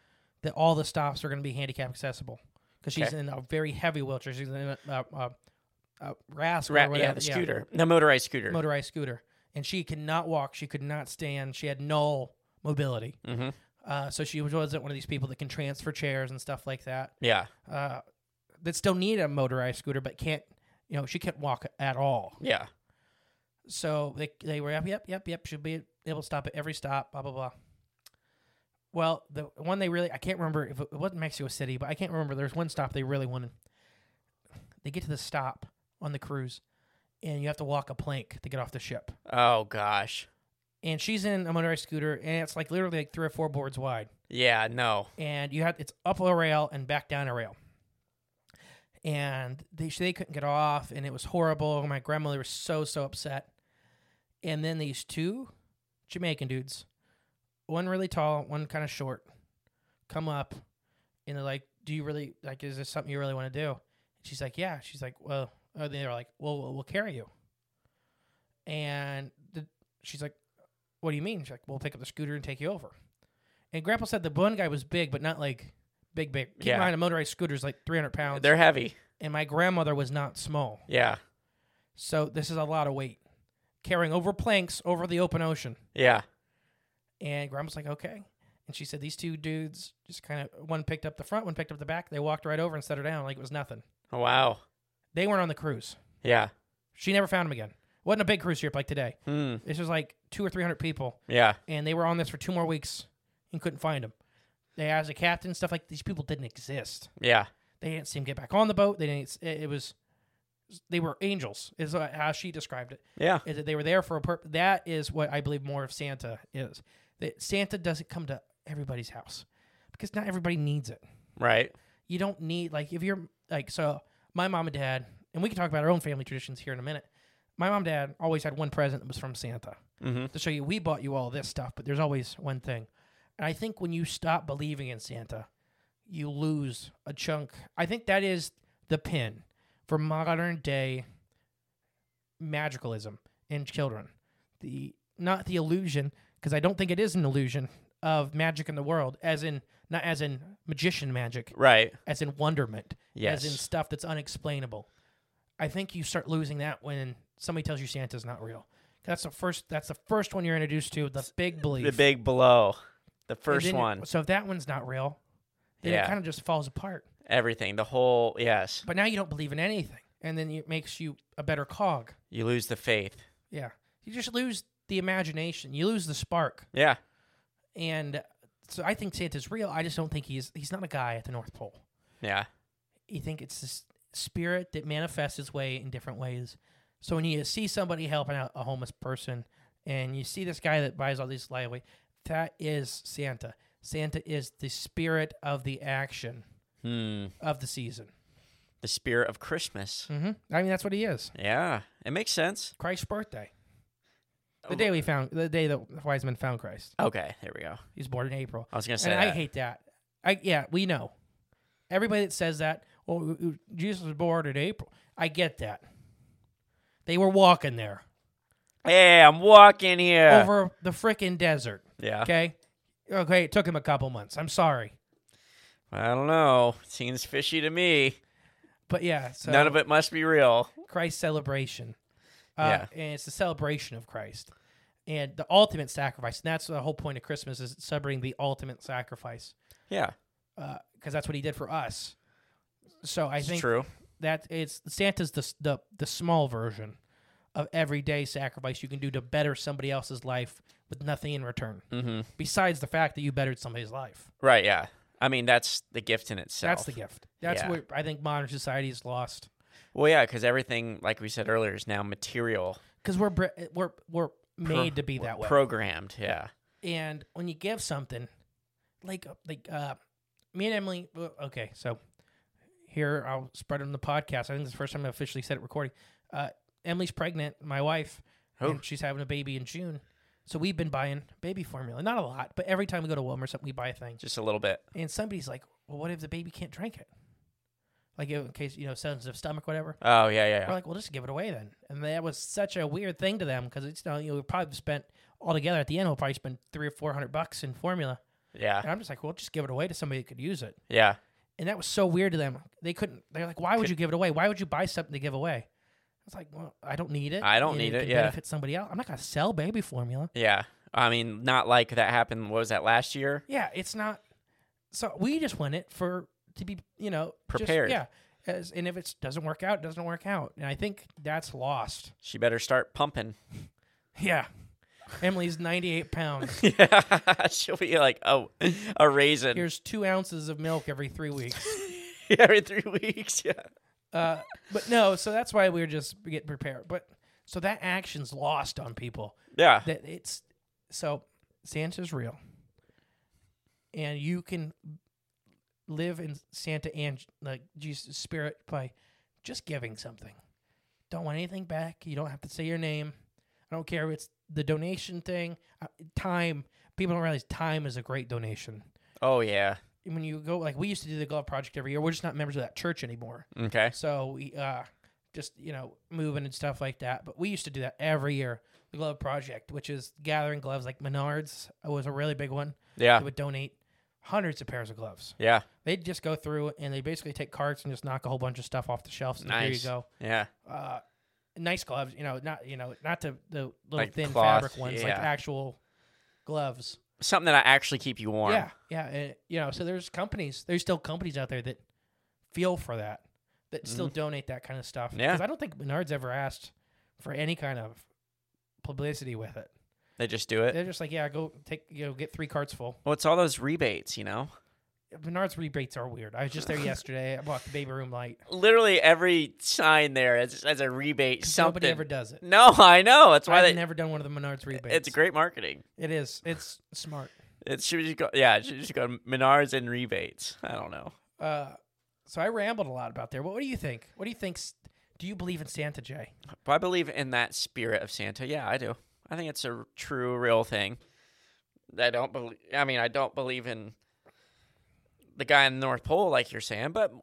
S1: that all the stops are going to be handicap accessible because she's
S2: Okay.
S1: in a very heavy wheelchair. She's in a, a, a, a rasp or
S2: Ra- yeah.
S1: whatever,
S2: The scooter. The motorized scooter.
S1: motorized scooter, and she could not walk. She could not stand. She had no mobility.
S2: Mm-hmm.
S1: Uh, so she wasn't one of these people that can transfer chairs and stuff like that.
S2: Yeah.
S1: Uh, that still need a motorized scooter, but can't. You know, she can't walk at all.
S2: Yeah.
S1: So they they were yep yep yep yep. She'll be able to stop at every stop. Blah blah blah. Well, the one they really I can't remember if it, it wasn't Mexico City, but I can't remember. There's one stop they really wanted. They get to the stop on the cruise, and you have to walk a plank to get off the ship.
S2: Oh gosh.
S1: And she's in a motorized scooter, and it's like literally like three or four boards wide,
S2: Yeah. No.
S1: and you have it's up a rail and back down a rail. And they they couldn't get off, and it was horrible. My grandmother was so so upset. and then these two Jamaican dudes, one really tall, one kind of short, come up and they're like, "Do you really like? Is this something you really want to do?" And she's like, "Yeah." She's like, "Well," or they were like, "Well, we'll, we'll carry you." And the, she's like, "What do you mean?" She's like, "We'll pick up the scooter and take you over." And Grandpa said the one guy was big, but not like big, big. Keep
S2: Yeah.
S1: in mind, a motorized scooter is like 300 pounds,
S2: They're heavy.
S1: and my grandmother was not small,
S2: Yeah.
S1: so this is a lot of weight carrying over planks over the open ocean.
S2: Yeah.
S1: And Grandma's like, okay. And she said these two dudes just kind of one picked up the front, one picked up the back. They walked right over and set her down like it was nothing.
S2: Oh, Wow.
S1: They weren't on the cruise.
S2: Yeah.
S1: She never found them again. wasn't a big cruise ship like today.
S2: Hmm.
S1: This was like two or three hundred people,
S2: Yeah.
S1: and they were on this for two more weeks and couldn't find them. They asked the captain stuff like these people didn't exist.
S2: Yeah.
S1: They didn't see them get back on the boat. They didn't. It, it was they were angels is how she described it.
S2: Yeah.
S1: is that they were there for a purpose. That is what I believe more of Santa is. That Santa doesn't come to everybody's house because not everybody needs it.
S2: Right.
S1: You don't need like if you're like so. My mom and dad, and we can talk about our own family traditions here in a minute. My mom and dad always had one present that was from Santa
S2: Mm-hmm.
S1: to show you we bought you all this stuff, but there's always one thing. And I think when you stop believing in Santa, you lose a chunk. I think that is the pin for modern day magicalism in children. The not the illusion, because I don't think it is an illusion of magic in the world, as in not as in magician magic,
S2: Right.
S1: as in wonderment, as in
S2: Yes.
S1: stuff that's unexplainable. I think you start losing that when somebody tells you Santa's not real. That's the first. That's the first one you're introduced to the big belief.
S2: The big blow. The
S1: And
S2: first
S1: then-
S2: one.
S1: So if that one's not real, then it
S2: Yeah.
S1: kind of just falls apart.
S2: Everything. The whole. Yes.
S1: But now you don't believe in anything, and then it makes you a better cog.
S2: You lose the faith.
S1: Yeah, you just lose the imagination. You lose the spark,
S2: Yeah.
S1: and so I think Santa's real. I just don't think he's he's not a guy at the North Pole.
S2: Yeah.
S1: you think it's this spirit that manifests its way in different ways. So when you see somebody helping out a homeless person and you see this guy that buys all these layaway, that is Santa. Santa is the spirit of the action
S2: Hmm.
S1: of the season.
S2: The spirit of Christmas.
S1: hmm I mean, that's what he is.
S2: Yeah. It makes sense.
S1: Christ's birthday. The day we found, the day that wise men found Christ.
S2: Okay. There we go.
S1: He's born in April.
S2: I was gonna say. uh,
S1: And I
S2: that.
S1: hate that. I yeah, we know. Everybody that says that, well, w- w- Jesus was born in April. I get that. They were walking there
S2: Hey, I'm walking here.
S1: over the frickin' desert.
S2: yeah.
S1: Okay, okay. It took him a couple months. I'm sorry,
S2: I don't know. Seems fishy to me.
S1: but yeah. So
S2: None of it must be real.
S1: Christ celebration. Uh, And it's the celebration of Christ and the ultimate sacrifice. And that's the whole point of Christmas is celebrating the ultimate sacrifice
S2: Yeah.
S1: because that's what he did for us. So I
S2: It's
S1: think
S2: true.
S1: that it's Santa's the, s- the the small version of everyday sacrifice you can do to better somebody else's life with nothing in return
S2: Mm-hmm.
S1: besides the fact that you bettered somebody's life.
S2: Right. Yeah. I mean, that's the gift in itself.
S1: That's the gift. That's
S2: Yeah.
S1: what I think modern society has lost
S2: Well, yeah, because everything, like we said earlier, is now material.
S1: because we're bre- we're we're made
S2: pro-
S1: to be that way.
S2: Programmed. Yeah.
S1: and when you give something, like like uh, me and Emily, well, okay, so here I'll spread it on the podcast. I think this is the first time I officially said it recording. Uh, Emily's pregnant, my wife,
S2: Oh.
S1: and she's having a baby in June. So we've been buying baby formula, not a lot, but every time we go to Walmart or something, we buy a thing.
S2: Just a little bit.
S1: And somebody's like, "Well, what if the baby can't drink it? Like in case you know sensitive stomach, whatever."
S2: Oh yeah, yeah.
S1: We're
S2: yeah.
S1: like, "Well, just give it away then." And that was such a weird thing to them because it's you know you we probably spent altogether at the end we'll probably spend three or four hundred bucks in formula. And
S2: Yeah.
S1: I'm just like, well, just give it away to somebody that could use it.
S2: Yeah.
S1: And that was so weird to them. They couldn't. They're like, why would you give it away? Why would you buy something to give away? I was like, well, I don't need it.
S2: I don't
S1: and
S2: need it,
S1: could
S2: yeah.
S1: Benefit somebody else. I'm not gonna sell baby formula.
S2: Yeah. I mean, not like that happened. What was that last year?
S1: Yeah, it's not. So we just win it for to be, you know, just-
S2: Prepared.
S1: yeah. As, and if it doesn't work out, it doesn't work out. And I think that's lost.
S2: She better start pumping.
S1: Yeah. Emily's 98 pounds.
S2: Yeah, she'll be like, oh, a raisin
S1: Here's two ounces of milk every three weeks.
S2: every three weeks. Yeah,
S1: Uh, but no, so that's why we are just getting prepared. But so that action's lost on people.
S2: yeah.
S1: That it's so Santa's real, and you can live in Santa and like Jesus' spirit by just giving something. Don't want anything back. You don't have to say your name. I don't care if it's the donation thing. Uh, time. People don't realize time is a great donation.
S2: Oh yeah.
S1: When you go, like we used to do the glove project every year. We're just not members of that church anymore.
S2: Okay.
S1: So we uh, just you know moving and stuff like that. But we used to do that every year. The glove project, which is gathering gloves, like Menards was a really big one.
S2: Yeah.
S1: They would donate hundreds of pairs of gloves.
S2: Yeah.
S1: They'd just go through and they basically take carts and just knock a whole bunch of stuff off the shelves. And
S2: Nice.
S1: Here you
S2: Yeah.
S1: go. Uh, nice gloves, you know, not you know, not the the little
S2: Like
S1: thin
S2: cloth,
S1: fabric ones, like
S2: yeah.
S1: actual gloves.
S2: Something that I actually keep you warm.
S1: Yeah, yeah, and, you know. So there's companies. There's still companies out there that feel for that, that still donate that kind of stuff.
S2: Mm-hmm. Yeah.
S1: 'Cause I don't think Menards ever asked for any kind of publicity with it.
S2: They just do it.
S1: They're just like, yeah, go take, you know, get three carts full.
S2: well, it's all those rebates, you know.
S1: Menards rebates are weird. I was just there yesterday. I bought the baby room light.
S2: Literally every sign there as, as a rebate. Something.
S1: Nobody ever does it.
S2: No, I know. That's why
S1: I've
S2: they.
S1: never done one of the Menards rebates.
S2: it's great marketing.
S1: It is. It's smart.
S2: It should just go. Yeah, it should just go Menards and rebates. I don't know.
S1: Uh, so I rambled a lot about there. What, what do you think? What do you think? s- Do you believe in Santa Jay?
S2: But I believe in that spirit of Santa. Yeah, I do. I think it's a r- true, real thing. I don't believe. I mean, I don't believe in the guy in the North Pole, like you're saying, but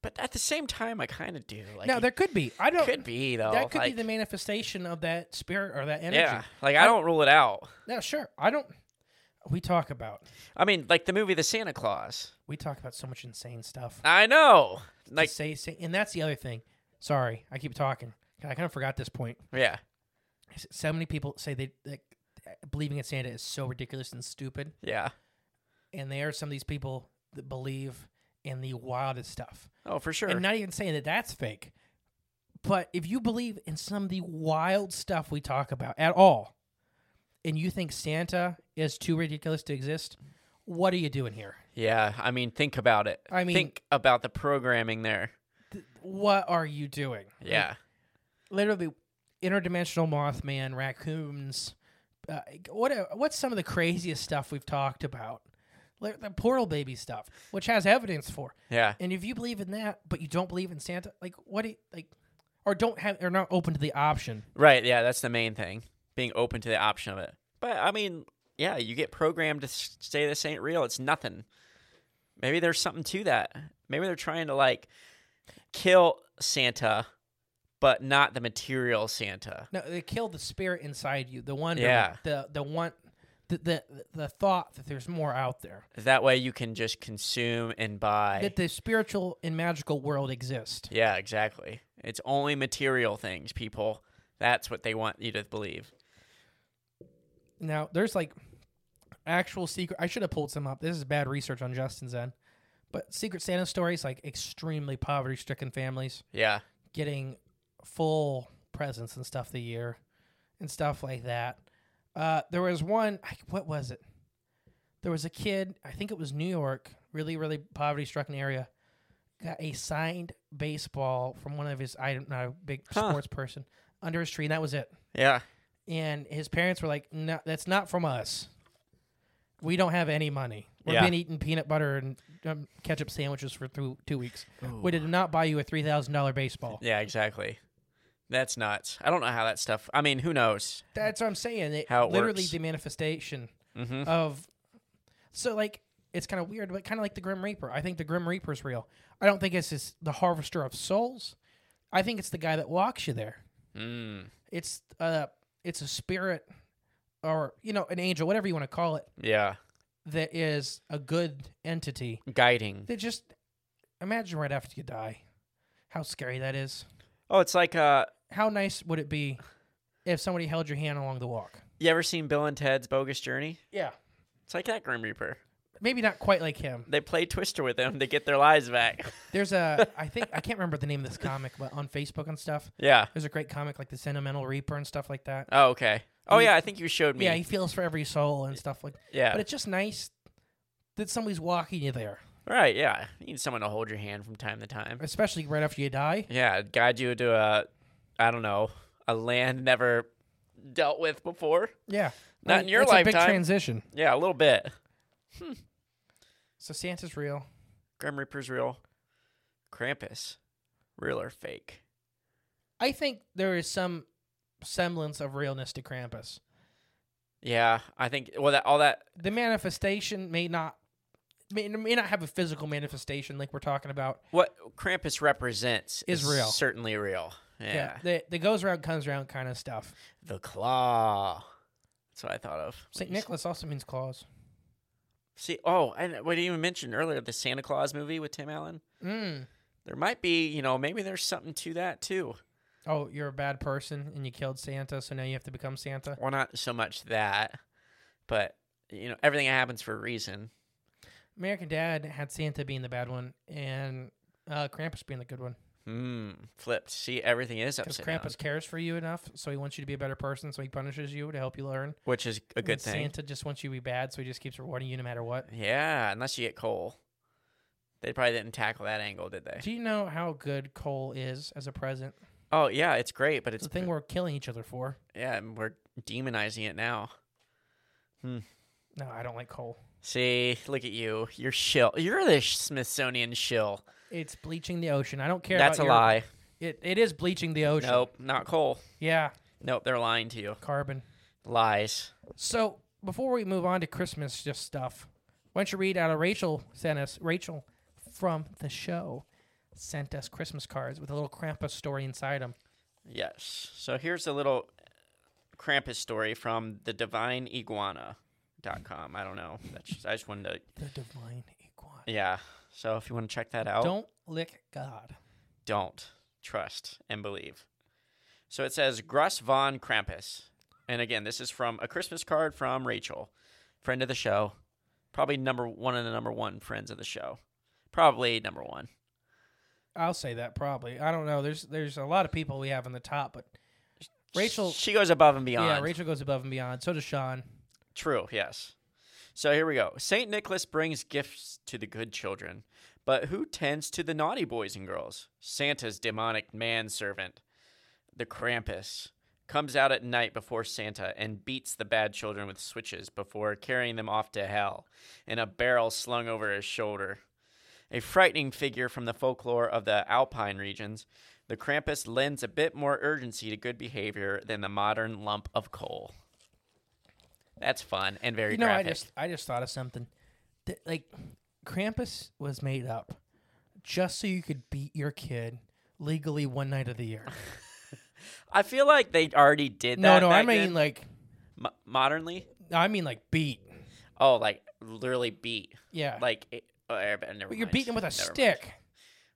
S2: but at the same time, I kind of do. Like,
S1: no, there could be. I
S2: it
S1: don't.
S2: could be though.
S1: That could
S2: like,
S1: be the manifestation of that spirit or that energy.
S2: Yeah, like I don't rule it out.
S1: No, sure. I don't. We talk about
S2: I mean, like the movie The Santa Claus.
S1: we talk about so much insane stuff.
S2: I know.
S1: To
S2: Like,
S1: say, say, and that's the other thing. Sorry, I keep talking. I kind of forgot this point.
S2: yeah,
S1: S- So many people say they like believing in Santa is so ridiculous and stupid,
S2: yeah.
S1: and they are some of these people that believe in the wildest stuff.
S2: Oh, for sure.
S1: And not even saying that that's fake, but if you believe in some of the wild stuff we talk about at all, and you think Santa is too ridiculous to exist, what are you doing here?
S2: yeah, I mean, think about it.
S1: I mean-
S2: think about the programming there.
S1: What are you doing?
S2: Yeah,
S1: literally interdimensional Mothman, raccoons. Uh, what what's some of the craziest stuff we've talked about? Like the portal baby stuff, which has evidence for.
S2: yeah.
S1: And if you believe in that, but you don't believe in Santa, like what? Do you, like, or don't have, or not open to the option.
S2: Right. Yeah, that's the main thing. Being open to the option of it. But I mean, yeah, you get programmed to s- say this ain't real. It's nothing. Maybe there's something to that. Maybe they're trying to like kill Santa, but not the material Santa.
S1: No, they kill the spirit inside you. The wonder,
S2: Yeah.
S1: the the want, the, the the thought that there's more out there.
S2: That way you can just consume and buy.
S1: That the spiritual and magical world exist.
S2: yeah, exactly. It's only material things, people. That's what they want you to believe.
S1: Now, there's like actual secret. I should have pulled some up. This is bad research on Justin's end. But Secret Santa stories, like extremely poverty stricken families
S2: Yeah.
S1: getting full presents and stuff the year and stuff like that. Uh, there was one, I- what was it? There was a kid, I think it was New York, really, really poverty stricken area, got a signed baseball from one of his, I'm not a big
S2: Huh.
S1: sports person, under his tree, and that was it
S2: Yeah.
S1: and his parents were like, "No, that's not from us. We don't have any money. We've
S2: Yeah.
S1: been eating peanut butter and um, ketchup sandwiches for through two weeks. We did not buy you a three thousand dollar baseball.
S2: Yeah, exactly. That's nuts. I don't know how that stuff. I mean, who knows?
S1: That's what I'm saying. It,
S2: How it
S1: literally
S2: works.
S1: the manifestation
S2: Mhm.
S1: of. So like, it's kind of weird, but kind of like the Grim Reaper. I think the Grim Reaper's real. I don't think it's just the harvester of souls. I think it's the guy that walks you there.
S2: Mm.
S1: It's uh, it's a spirit, or you know, an angel, whatever you want to call it.
S2: Yeah.
S1: that is a good entity
S2: guiding.
S1: that just imagine right after you die how scary that is
S2: Oh, it's like uh
S1: how nice would it be if somebody held your hand along the walk
S2: You ever seen Bill and Ted's Bogus Journey?
S1: Yeah.
S2: It's like that Grim Reaper.
S1: Maybe not quite like him.
S2: They play Twister with him to get their lives back.
S1: There's a I think I can't remember the name of this comic, but on Facebook and stuff,
S2: yeah.
S1: there's a great comic like the Sentimental Reaper and stuff like that.
S2: Oh, okay. Oh, yeah. I think you showed me.
S1: Yeah, he feels for every soul and stuff like.
S2: Yeah.
S1: But it's just nice that somebody's walking you there,
S2: right. Yeah. You need someone to hold your hand from time to time.
S1: especially right after you die.
S2: Yeah. Guide you to a, I don't know, a land never dealt with before.
S1: Yeah.
S2: Not in your
S1: it's a big
S2: lifetime.
S1: transition.
S2: Yeah, a little bit.
S1: So Santa's real.
S2: Grim Reaper's real. Krampus, real or fake?
S1: I think there is some semblance of realness to Krampus.
S2: Yeah, I think. Well, that all that.
S1: The manifestation may not may, may not have a physical manifestation like we're talking about.
S2: What Krampus represents
S1: Is real.
S2: Certainly real. Yeah.
S1: The, the goes around comes around kind of stuff.
S2: The claw. That's what I thought of.
S1: St. Nicholas also means claws.
S2: See, oh, and what you mentioned earlier, the Santa Claus movie with Tim Allen.
S1: Mm.
S2: There might be, you know, maybe there's something to that too.
S1: Oh, you're a bad person and you killed Santa, so now you have to become Santa.
S2: Well, not so much that, but you know, everything happens for a reason.
S1: American Dad had Santa being the bad one and uh, Krampus being the good one.
S2: Hmm. Flipped. See, everything is
S1: Because
S2: upside down,
S1: Krampus cares for you enough, so he wants you to be a better person, so he punishes you to help you learn.
S2: which is a good
S1: And
S2: thing.
S1: Santa just wants you to be bad, so he just keeps rewarding you no matter what.
S2: Yeah, unless you get Cole. They probably didn't tackle that angle, did they?
S1: Do you know how good coal is as a present?
S2: Oh yeah, it's great, but
S1: It's
S2: it's
S1: the thing we're killing each other for.
S2: yeah, and we're demonizing it now.
S1: No, I don't like coal.
S2: See, look at you. You're shill. You're the Smithsonian shill.
S1: It's bleaching the ocean. I don't care.
S2: That's a
S1: about your-
S2: lie.
S1: It, it is bleaching the ocean.
S2: Nope, not Cole.
S1: Yeah,
S2: Nope, they're lying to you.
S1: carbon.
S2: Lies.
S1: So before we move on to Christmas just stuff, why don't you read out of Rachel sent us Rachel from the show sent us Christmas cards with a little Krampus story inside them.
S2: Yes. So here's a little Krampus story from the Divine Iguana. Dot com. I don't know. That's just, I just wanted
S1: The divine iguana.
S2: to. Yeah. So if you want to check that out,
S1: Don't lick God.
S2: don't trust and believe. So it says Gruss von Krampus. And again, this is from a Christmas card from Rachel, friend of the show. Probably number one of the number one friends of the show. Probably number one.
S1: I'll say that probably. I don't know. There's there's a lot of people we have on the top, but Rachel.
S2: She goes above and beyond.
S1: Yeah, Rachel goes above and beyond. So does Sean.
S2: True, yes. So here we go. St. Nicholas brings gifts to the good children, but who tends to the naughty boys and girls? Santa's demonic manservant, the Krampus, comes out at night before Santa and beats the bad children with switches before carrying them off to hell in a barrel slung over his shoulder. A frightening figure from the folklore of the Alpine regions, the Krampus lends a bit more urgency to good behavior than the modern lump of coal. That's fun and very
S1: You know,
S2: graphic.
S1: I just I just thought of something. Th- like Krampus was made up just so you could beat your kid legally one night of the year.
S2: I feel like they already did
S1: no,
S2: that.
S1: no, I
S2: back
S1: mean
S2: then.
S1: like
S2: Mo- modernly.
S1: I mean like beat.
S2: Oh, like literally beat.
S1: Yeah.
S2: Like, it, oh, eh, but never
S1: but you're
S2: mind.
S1: beating him with a
S2: Never mind.
S1: stick.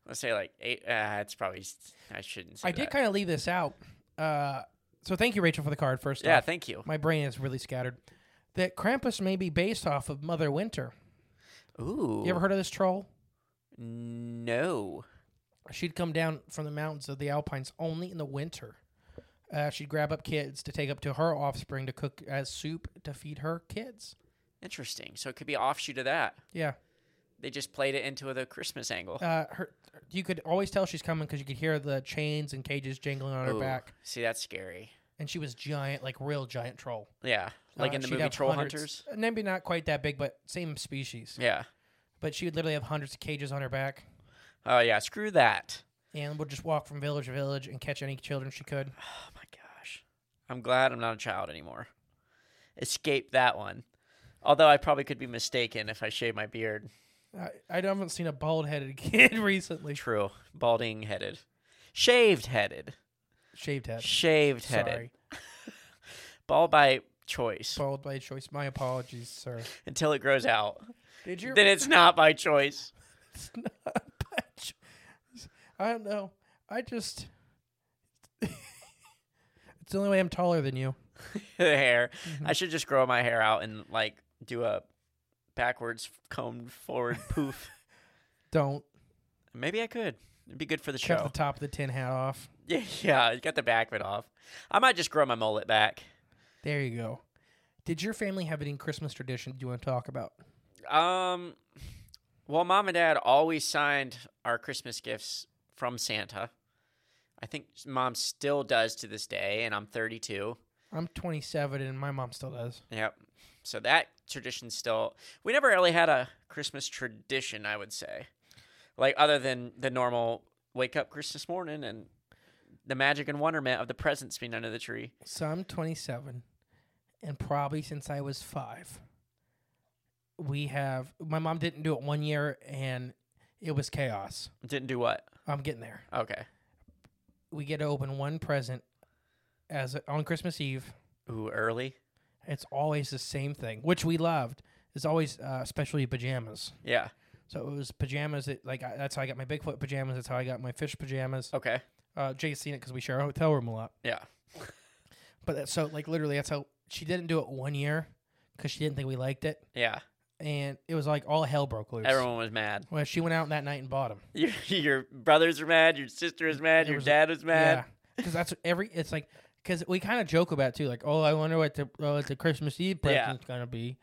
S2: Let's say like eight. Uh, it's probably. s- I shouldn't say.
S1: I did
S2: that.
S1: kind of leave this out. Uh, so thank you Rachel for the card first
S2: Yeah,
S1: off.
S2: thank you.
S1: My brain is really scattered. That Krampus may be based off of Mother Winter.
S2: Ooh.
S1: You ever heard of this troll?
S2: No.
S1: She'd come down from the mountains of the Alpines only in the winter. Uh, she'd grab up kids to take up to her offspring to cook as soup to feed her kids.
S2: Interesting. So it could be offshoot of that.
S1: Yeah,
S2: They just played it into the Christmas angle.
S1: uh, her. You could always tell she's coming because you could hear the chains and cages jingling on her
S2: Ooh.
S1: back,
S2: See, that's scary.
S1: and she was giant, like real giant troll.
S2: Yeah, like
S1: Uh,
S2: in the
S1: she'd
S2: movie
S1: have
S2: Troll
S1: hundreds-
S2: Hunters.
S1: uh, Maybe not quite that big, but same species.
S2: Yeah.
S1: But she would literally have hundreds of cages on her back,
S2: Oh yeah. Screw that.
S1: and would just walk from village to village and catch any children she could.
S2: Oh my gosh. I'm glad I'm not a child anymore. Escape that one. Although I probably could be mistaken if I shave my beard.
S1: I, I haven't seen a bald headed kid recently.
S2: True. Balding headed. Shaved headed.
S1: Shaved head.
S2: Shaved
S1: Sorry.
S2: headed. Bald by choice
S1: Followed by choice. My apologies, sir.
S2: until it grows out.
S1: Did you?
S2: Then it's not by choice.
S1: I don't know. I just. It's the only way I'm taller than you.
S2: the hair.
S1: Mm-hmm.
S2: I should just grow my hair out and like do a backwards combed forward poof.
S1: Don't
S2: Maybe I could. It'd be good for the
S1: cut
S2: show.
S1: the top of the tin hat off.
S2: Yeah, yeah, you got the back of it off. I might just grow my mullet back.
S1: There you go. Did your family have any Christmas tradition you want to talk about?
S2: Um, well, mom and dad always signed our Christmas gifts from Santa. I think mom still does to this day, and I'm 32.
S1: I'm 27 and my mom still does.
S2: Yep. So that tradition still. We never really had a Christmas tradition, I would say, like other than the normal wake up Christmas morning and the magic and wonderment of the presents being under the tree.
S1: So I'm 27, and probably since I was five, we have. My mom didn't do it one year, and it was chaos.
S2: Didn't do what?
S1: I'm getting there.
S2: Okay.
S1: We get to open one present as on Christmas Eve.
S2: Ooh, early.
S1: It's always the same thing, which we loved. It's always uh, especially pajamas.
S2: Yeah. So
S1: So it was pajamas. That, like I, that's how I got my Bigfoot pajamas. That's how I got my fish pajamas.
S2: okay.
S1: Uh, Jay's seen it because we share a hotel room a lot.
S2: Yeah.
S1: But that's so like literally that's how she didn't do it one year because she didn't think we liked it,
S2: Yeah.
S1: and it was like all hell broke loose.
S2: Everyone was mad.
S1: Well, she went out that night and bought them.
S2: Your, your brothers are mad. Your sister is mad. Your
S1: was-
S2: dad is mad.
S1: because that's what every. It's like because we kind of joke about it too, like oh, I wonder what the oh, what the Christmas Eve
S2: Yeah.
S1: present's gonna be,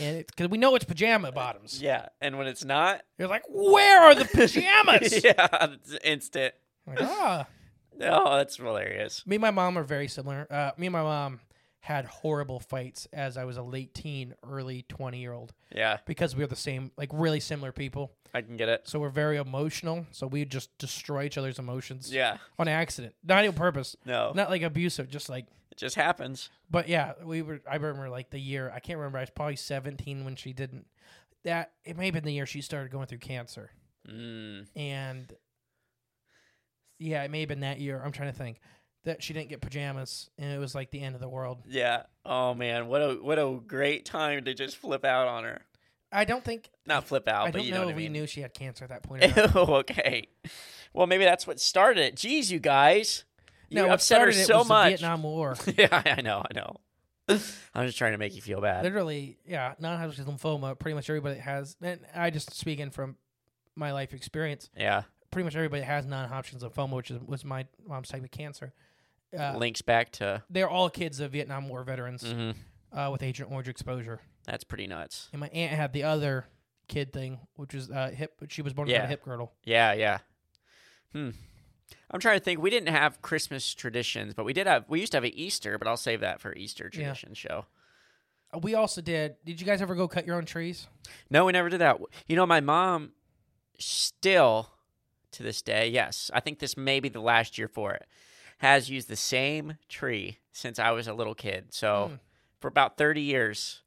S1: and because we know it's pajama bottoms.
S2: Yeah. And when it's not,
S1: You're like, where are the pajamas?
S2: yeah, it's instant.
S1: I'm like, ah.
S2: Oh, that's hilarious.
S1: Me and my mom are very similar. Uh, me and my mom had horrible fights as I was a late teen, early twenty year old
S2: Yeah,
S1: because we were the same, like really similar people.
S2: I can get it.
S1: So we're very emotional. So we would just destroy each other's emotions.
S2: Yeah.
S1: On accident, not on purpose.
S2: No.
S1: Not like abusive, just like.
S2: It just happens.
S1: But yeah, we were. I remember like the year. I can't remember. I was probably seventeen when she didn't. That it may have been the year she started going through cancer,
S2: Mm.
S1: and yeah, it may have been that year. I'm trying to think that she didn't get pajamas, and it was like the end of the world.
S2: Yeah. Oh man, what a what a great time to just flip out on her.
S1: I don't think.
S2: Not flip out,
S1: I
S2: Oh, but
S1: don't
S2: you
S1: know,
S2: know, what
S1: if
S2: I
S1: we
S2: mean.
S1: knew she had cancer at that point. Or not.
S2: oh, okay. Well, maybe that's what started it. Jeez, you guys. You
S1: what
S2: upset her
S1: started it
S2: so
S1: was The
S2: much.
S1: Vietnam War.
S2: yeah, I know, I know. I'm just trying to make you feel bad.
S1: literally, yeah, non-Hodgkin's lymphoma. Pretty much everybody has, and I just speaking from my life experience.
S2: Yeah.
S1: Pretty much everybody has non-Hodgkin's lymphoma, which is, was my mom's type of cancer. Uh,
S2: Links back to
S1: they're all kids of Vietnam War veterans
S2: Mhm.
S1: uh, with Agent Orange exposure,
S2: that's pretty nuts.
S1: and my aunt had the other kid thing, which was uh, hip. She was born
S2: Yeah.
S1: without a hip girdle.
S2: Yeah, yeah. Hmm. I'm trying to think. We didn't have Christmas traditions, but we did have. We used to have an Easter, but I'll save that for Easter
S1: Yeah.
S2: tradition show.
S1: Uh, We also did. Did you guys ever go cut your own trees?
S2: No, we never did that. You know, my mom still to this day, yes, I think this may be the last year for it, has used the same tree since I was a little kid. So for about 30 years,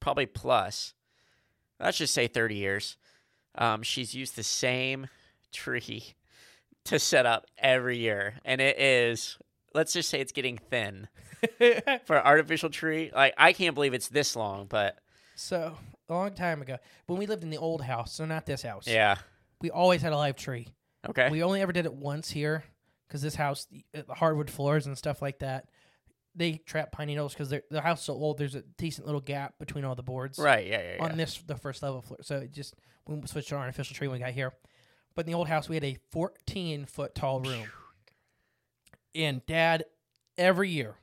S2: probably plus, let's just say 30 years, um, she's used the same tree to set up every year. And it is, let's just say it's getting thin for an artificial tree. Like, I can't believe it's this long, but
S1: So a long time ago, when we lived in the old house, so not this house.
S2: yeah.
S1: we always had a live tree.
S2: Okay.
S1: We only ever did it once here because this house, the uh, the hardwood floors and stuff like that, they trap pine needles because the house is so old. There's a decent little gap between all the boards.
S2: Right. Yeah. Yeah. yeah.
S1: On this, the first level floor. So it just, we switched to our artificial tree when we got here. But in the old house, we had a 14 foot tall room. And dad, every year,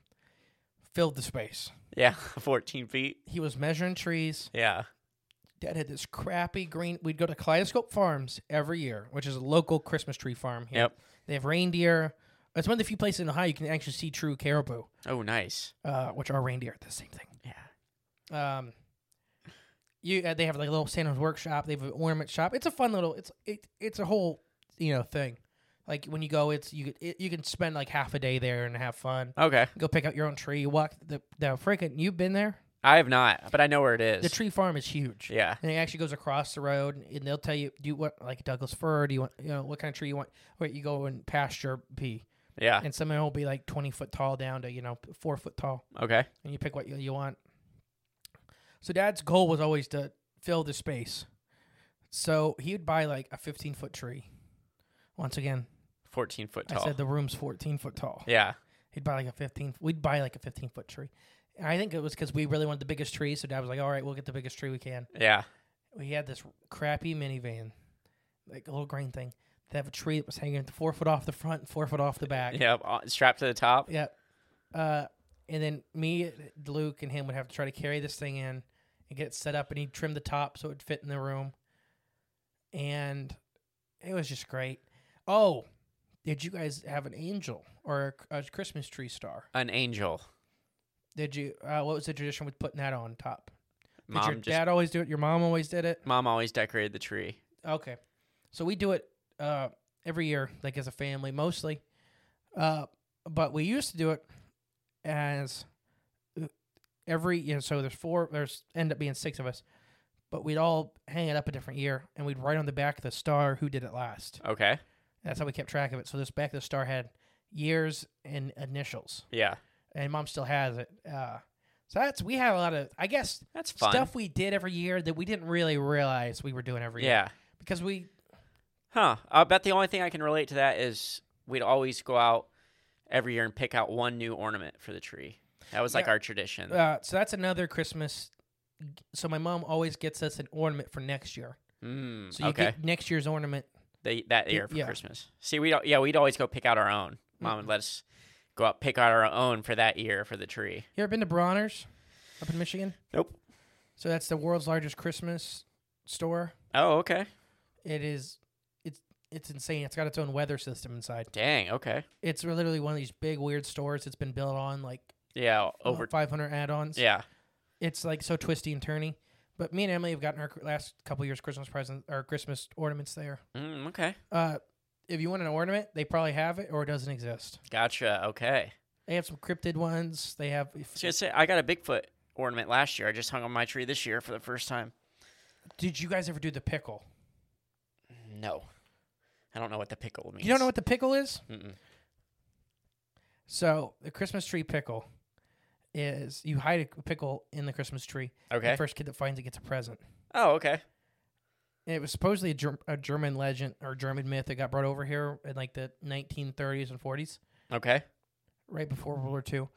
S1: filled the space.
S2: yeah. Fourteen feet.
S1: He was measuring trees.
S2: Yeah.
S1: Dad had this crappy green. We'd go to Kaleidoscope Farms every year, which is a local Christmas tree farm here.
S2: Yep.
S1: They have reindeer. It's one of the few places in Ohio you can actually see true caribou,
S2: Oh, nice.
S1: uh, which are reindeer. The same thing.
S2: Yeah.
S1: Um, you uh, they have like a little Santa's workshop. They have an ornament shop. It's a fun little. It's it, it's a whole you know thing. Like when you go, it's you it, you can spend like half a day there and have fun.
S2: Okay.
S1: Go pick out your own tree. Walk the the freaking. You've been there.
S2: I have not, but I know where it is.
S1: The tree farm is huge.
S2: Yeah.
S1: and it actually goes across the road, and- and they'll tell you, do you want like Douglas fir? Do you want you know what kind of tree you want? Where you go and pasture pea,
S2: Yeah.
S1: and some of it will be like twenty foot tall down to you know four foot tall,
S2: Okay.
S1: and you pick what you, you want. So Dad's goal was always to fill the space, so he would buy like a fifteen foot tree. Once again,
S2: Fourteen foot
S1: I
S2: tall.
S1: said the room's fourteen foot tall.
S2: yeah.
S1: He'd buy like a fifteen. We'd buy like a fifteen foot tree. And I think it was because we really wanted the biggest tree. So Dad was like, "All right, we'll get the biggest tree we can."
S2: Yeah.
S1: We had this crappy minivan, like a little green thing. They have a tree that was hanging four foot off the front, and four foot off the back.
S2: Yeah. uh, Strapped to the top.
S1: Yeah. Uh, and then me, Luke, and him would have to try to carry this thing in and get it set up, and he'd trim the top so it would fit in the room. And it was just great. Oh, did you guys have an angel or a, a Christmas tree star?
S2: An angel.
S1: Did you? Uh, what was the tradition with putting that on top? Did
S2: Mom
S1: your
S2: just-
S1: dad always do it? Your mom always did it.
S2: Mom always decorated the tree.
S1: Okay. So we do it uh, every year, like as a family mostly. Uh, but we used to do it as uh, every you know, so there's four there's end up being six of us. But we'd all hang it up a different year and we'd write on the back of the star who did it last.
S2: Okay.
S1: That's how we kept track of it. So this back of the star had years and initials.
S2: Yeah.
S1: And mom still has it. Uh, so that's we had a lot of I guess
S2: That's fun.
S1: stuff we did every year that we didn't really realize we were doing every year.
S2: Yeah.
S1: Because we
S2: Huh. I bet the only thing I can relate to that is we'd always go out every year and pick out one new ornament for the tree. That was like
S1: Yeah.
S2: our tradition.
S1: Uh, so that's another Christmas. So my mom always gets us an ornament for next year.
S2: mm,
S1: So you
S2: okay.
S1: get next year's ornament.
S2: They, that
S1: Y-
S2: year for
S1: yeah. Mm-hmm.
S2: Christmas. See, we don't. Yeah, we'd always go pick out our own. Mom would let us go out pick out our own for that year for the tree.
S1: You ever been to Bronner's up in Michigan?
S2: Nope.
S1: So that's the world's largest Christmas store.
S2: Oh, okay.
S1: It is. It's it's insane. It's got its own weather system inside.
S2: Dang. Okay.
S1: It's literally one of these big weird stores. It's been built on like
S2: Yeah. Over.
S1: 500 add-ons.
S2: Yeah.
S1: it's like so twisty and turny. But me and Emily have gotten our last couple years Christmas present or Christmas ornaments there.
S2: Mm, okay.
S1: Uh, if you want an ornament, they probably have it or it doesn't exist.
S2: Gotcha. Okay.
S1: They have some cryptid ones. They have.
S2: I was gonna say I got a Bigfoot ornament last year. I just hung on my tree this year for the first time.
S1: Did you guys ever do the pickle?
S2: No. I don't know what the pickle means.
S1: You don't know what the pickle is?
S2: Mm-mm.
S1: So the Christmas tree pickle is you hide a pickle in the Christmas tree. and
S2: Okay.
S1: The first kid that finds it gets a present.
S2: Oh, okay.
S1: And it was supposedly a, Ger- a German legend or German myth that got brought over here in like the 1930s and 40s,
S2: Okay.
S1: right before World War II.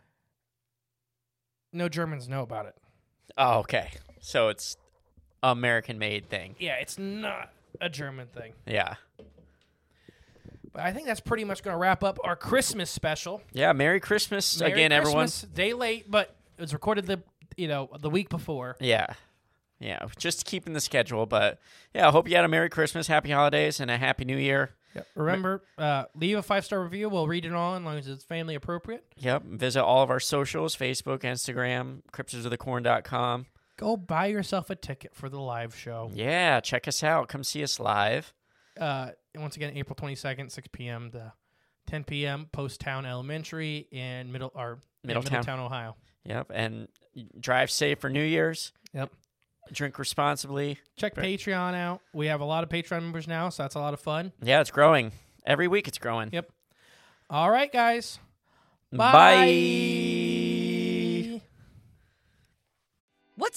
S1: No Germans know about it.
S2: Oh, okay. So it's American made thing.
S1: Yeah, it's not a German thing.
S2: Yeah.
S1: But I think that's pretty much going to wrap up our Christmas special.
S2: Yeah. Merry Christmas
S1: Merry
S2: again, everyone.
S1: Christmas. Day late, but it was recorded the you know the week before.
S2: Yeah. Yeah. Just keeping the schedule. But yeah, I hope you had a Merry Christmas, Happy Holidays, and a Happy New Year.
S1: Remember, uh, leave a five star review. We'll read it all as long as it's family appropriate.
S2: Yep. Visit all of our socials Facebook, Instagram, cryptosofthecorn.com.
S1: Go buy yourself a ticket for the live show.
S2: Yeah. Check us out. Come see us live.
S1: Uh, and once again, April twenty second, six p.m. to ten p.m. Post Town Elementary in Middle or in
S2: Middletown.
S1: Middletown, Ohio.
S2: Yep. And drive safe for New Year's.
S1: Yep.
S2: Drink responsibly.
S1: Check Patreon out. We have a lot of Patreon members now, so that's a lot of fun.
S2: Yeah, it's growing. Every week it's growing.
S1: Yep. All right, guys.
S2: Bye.
S4: What's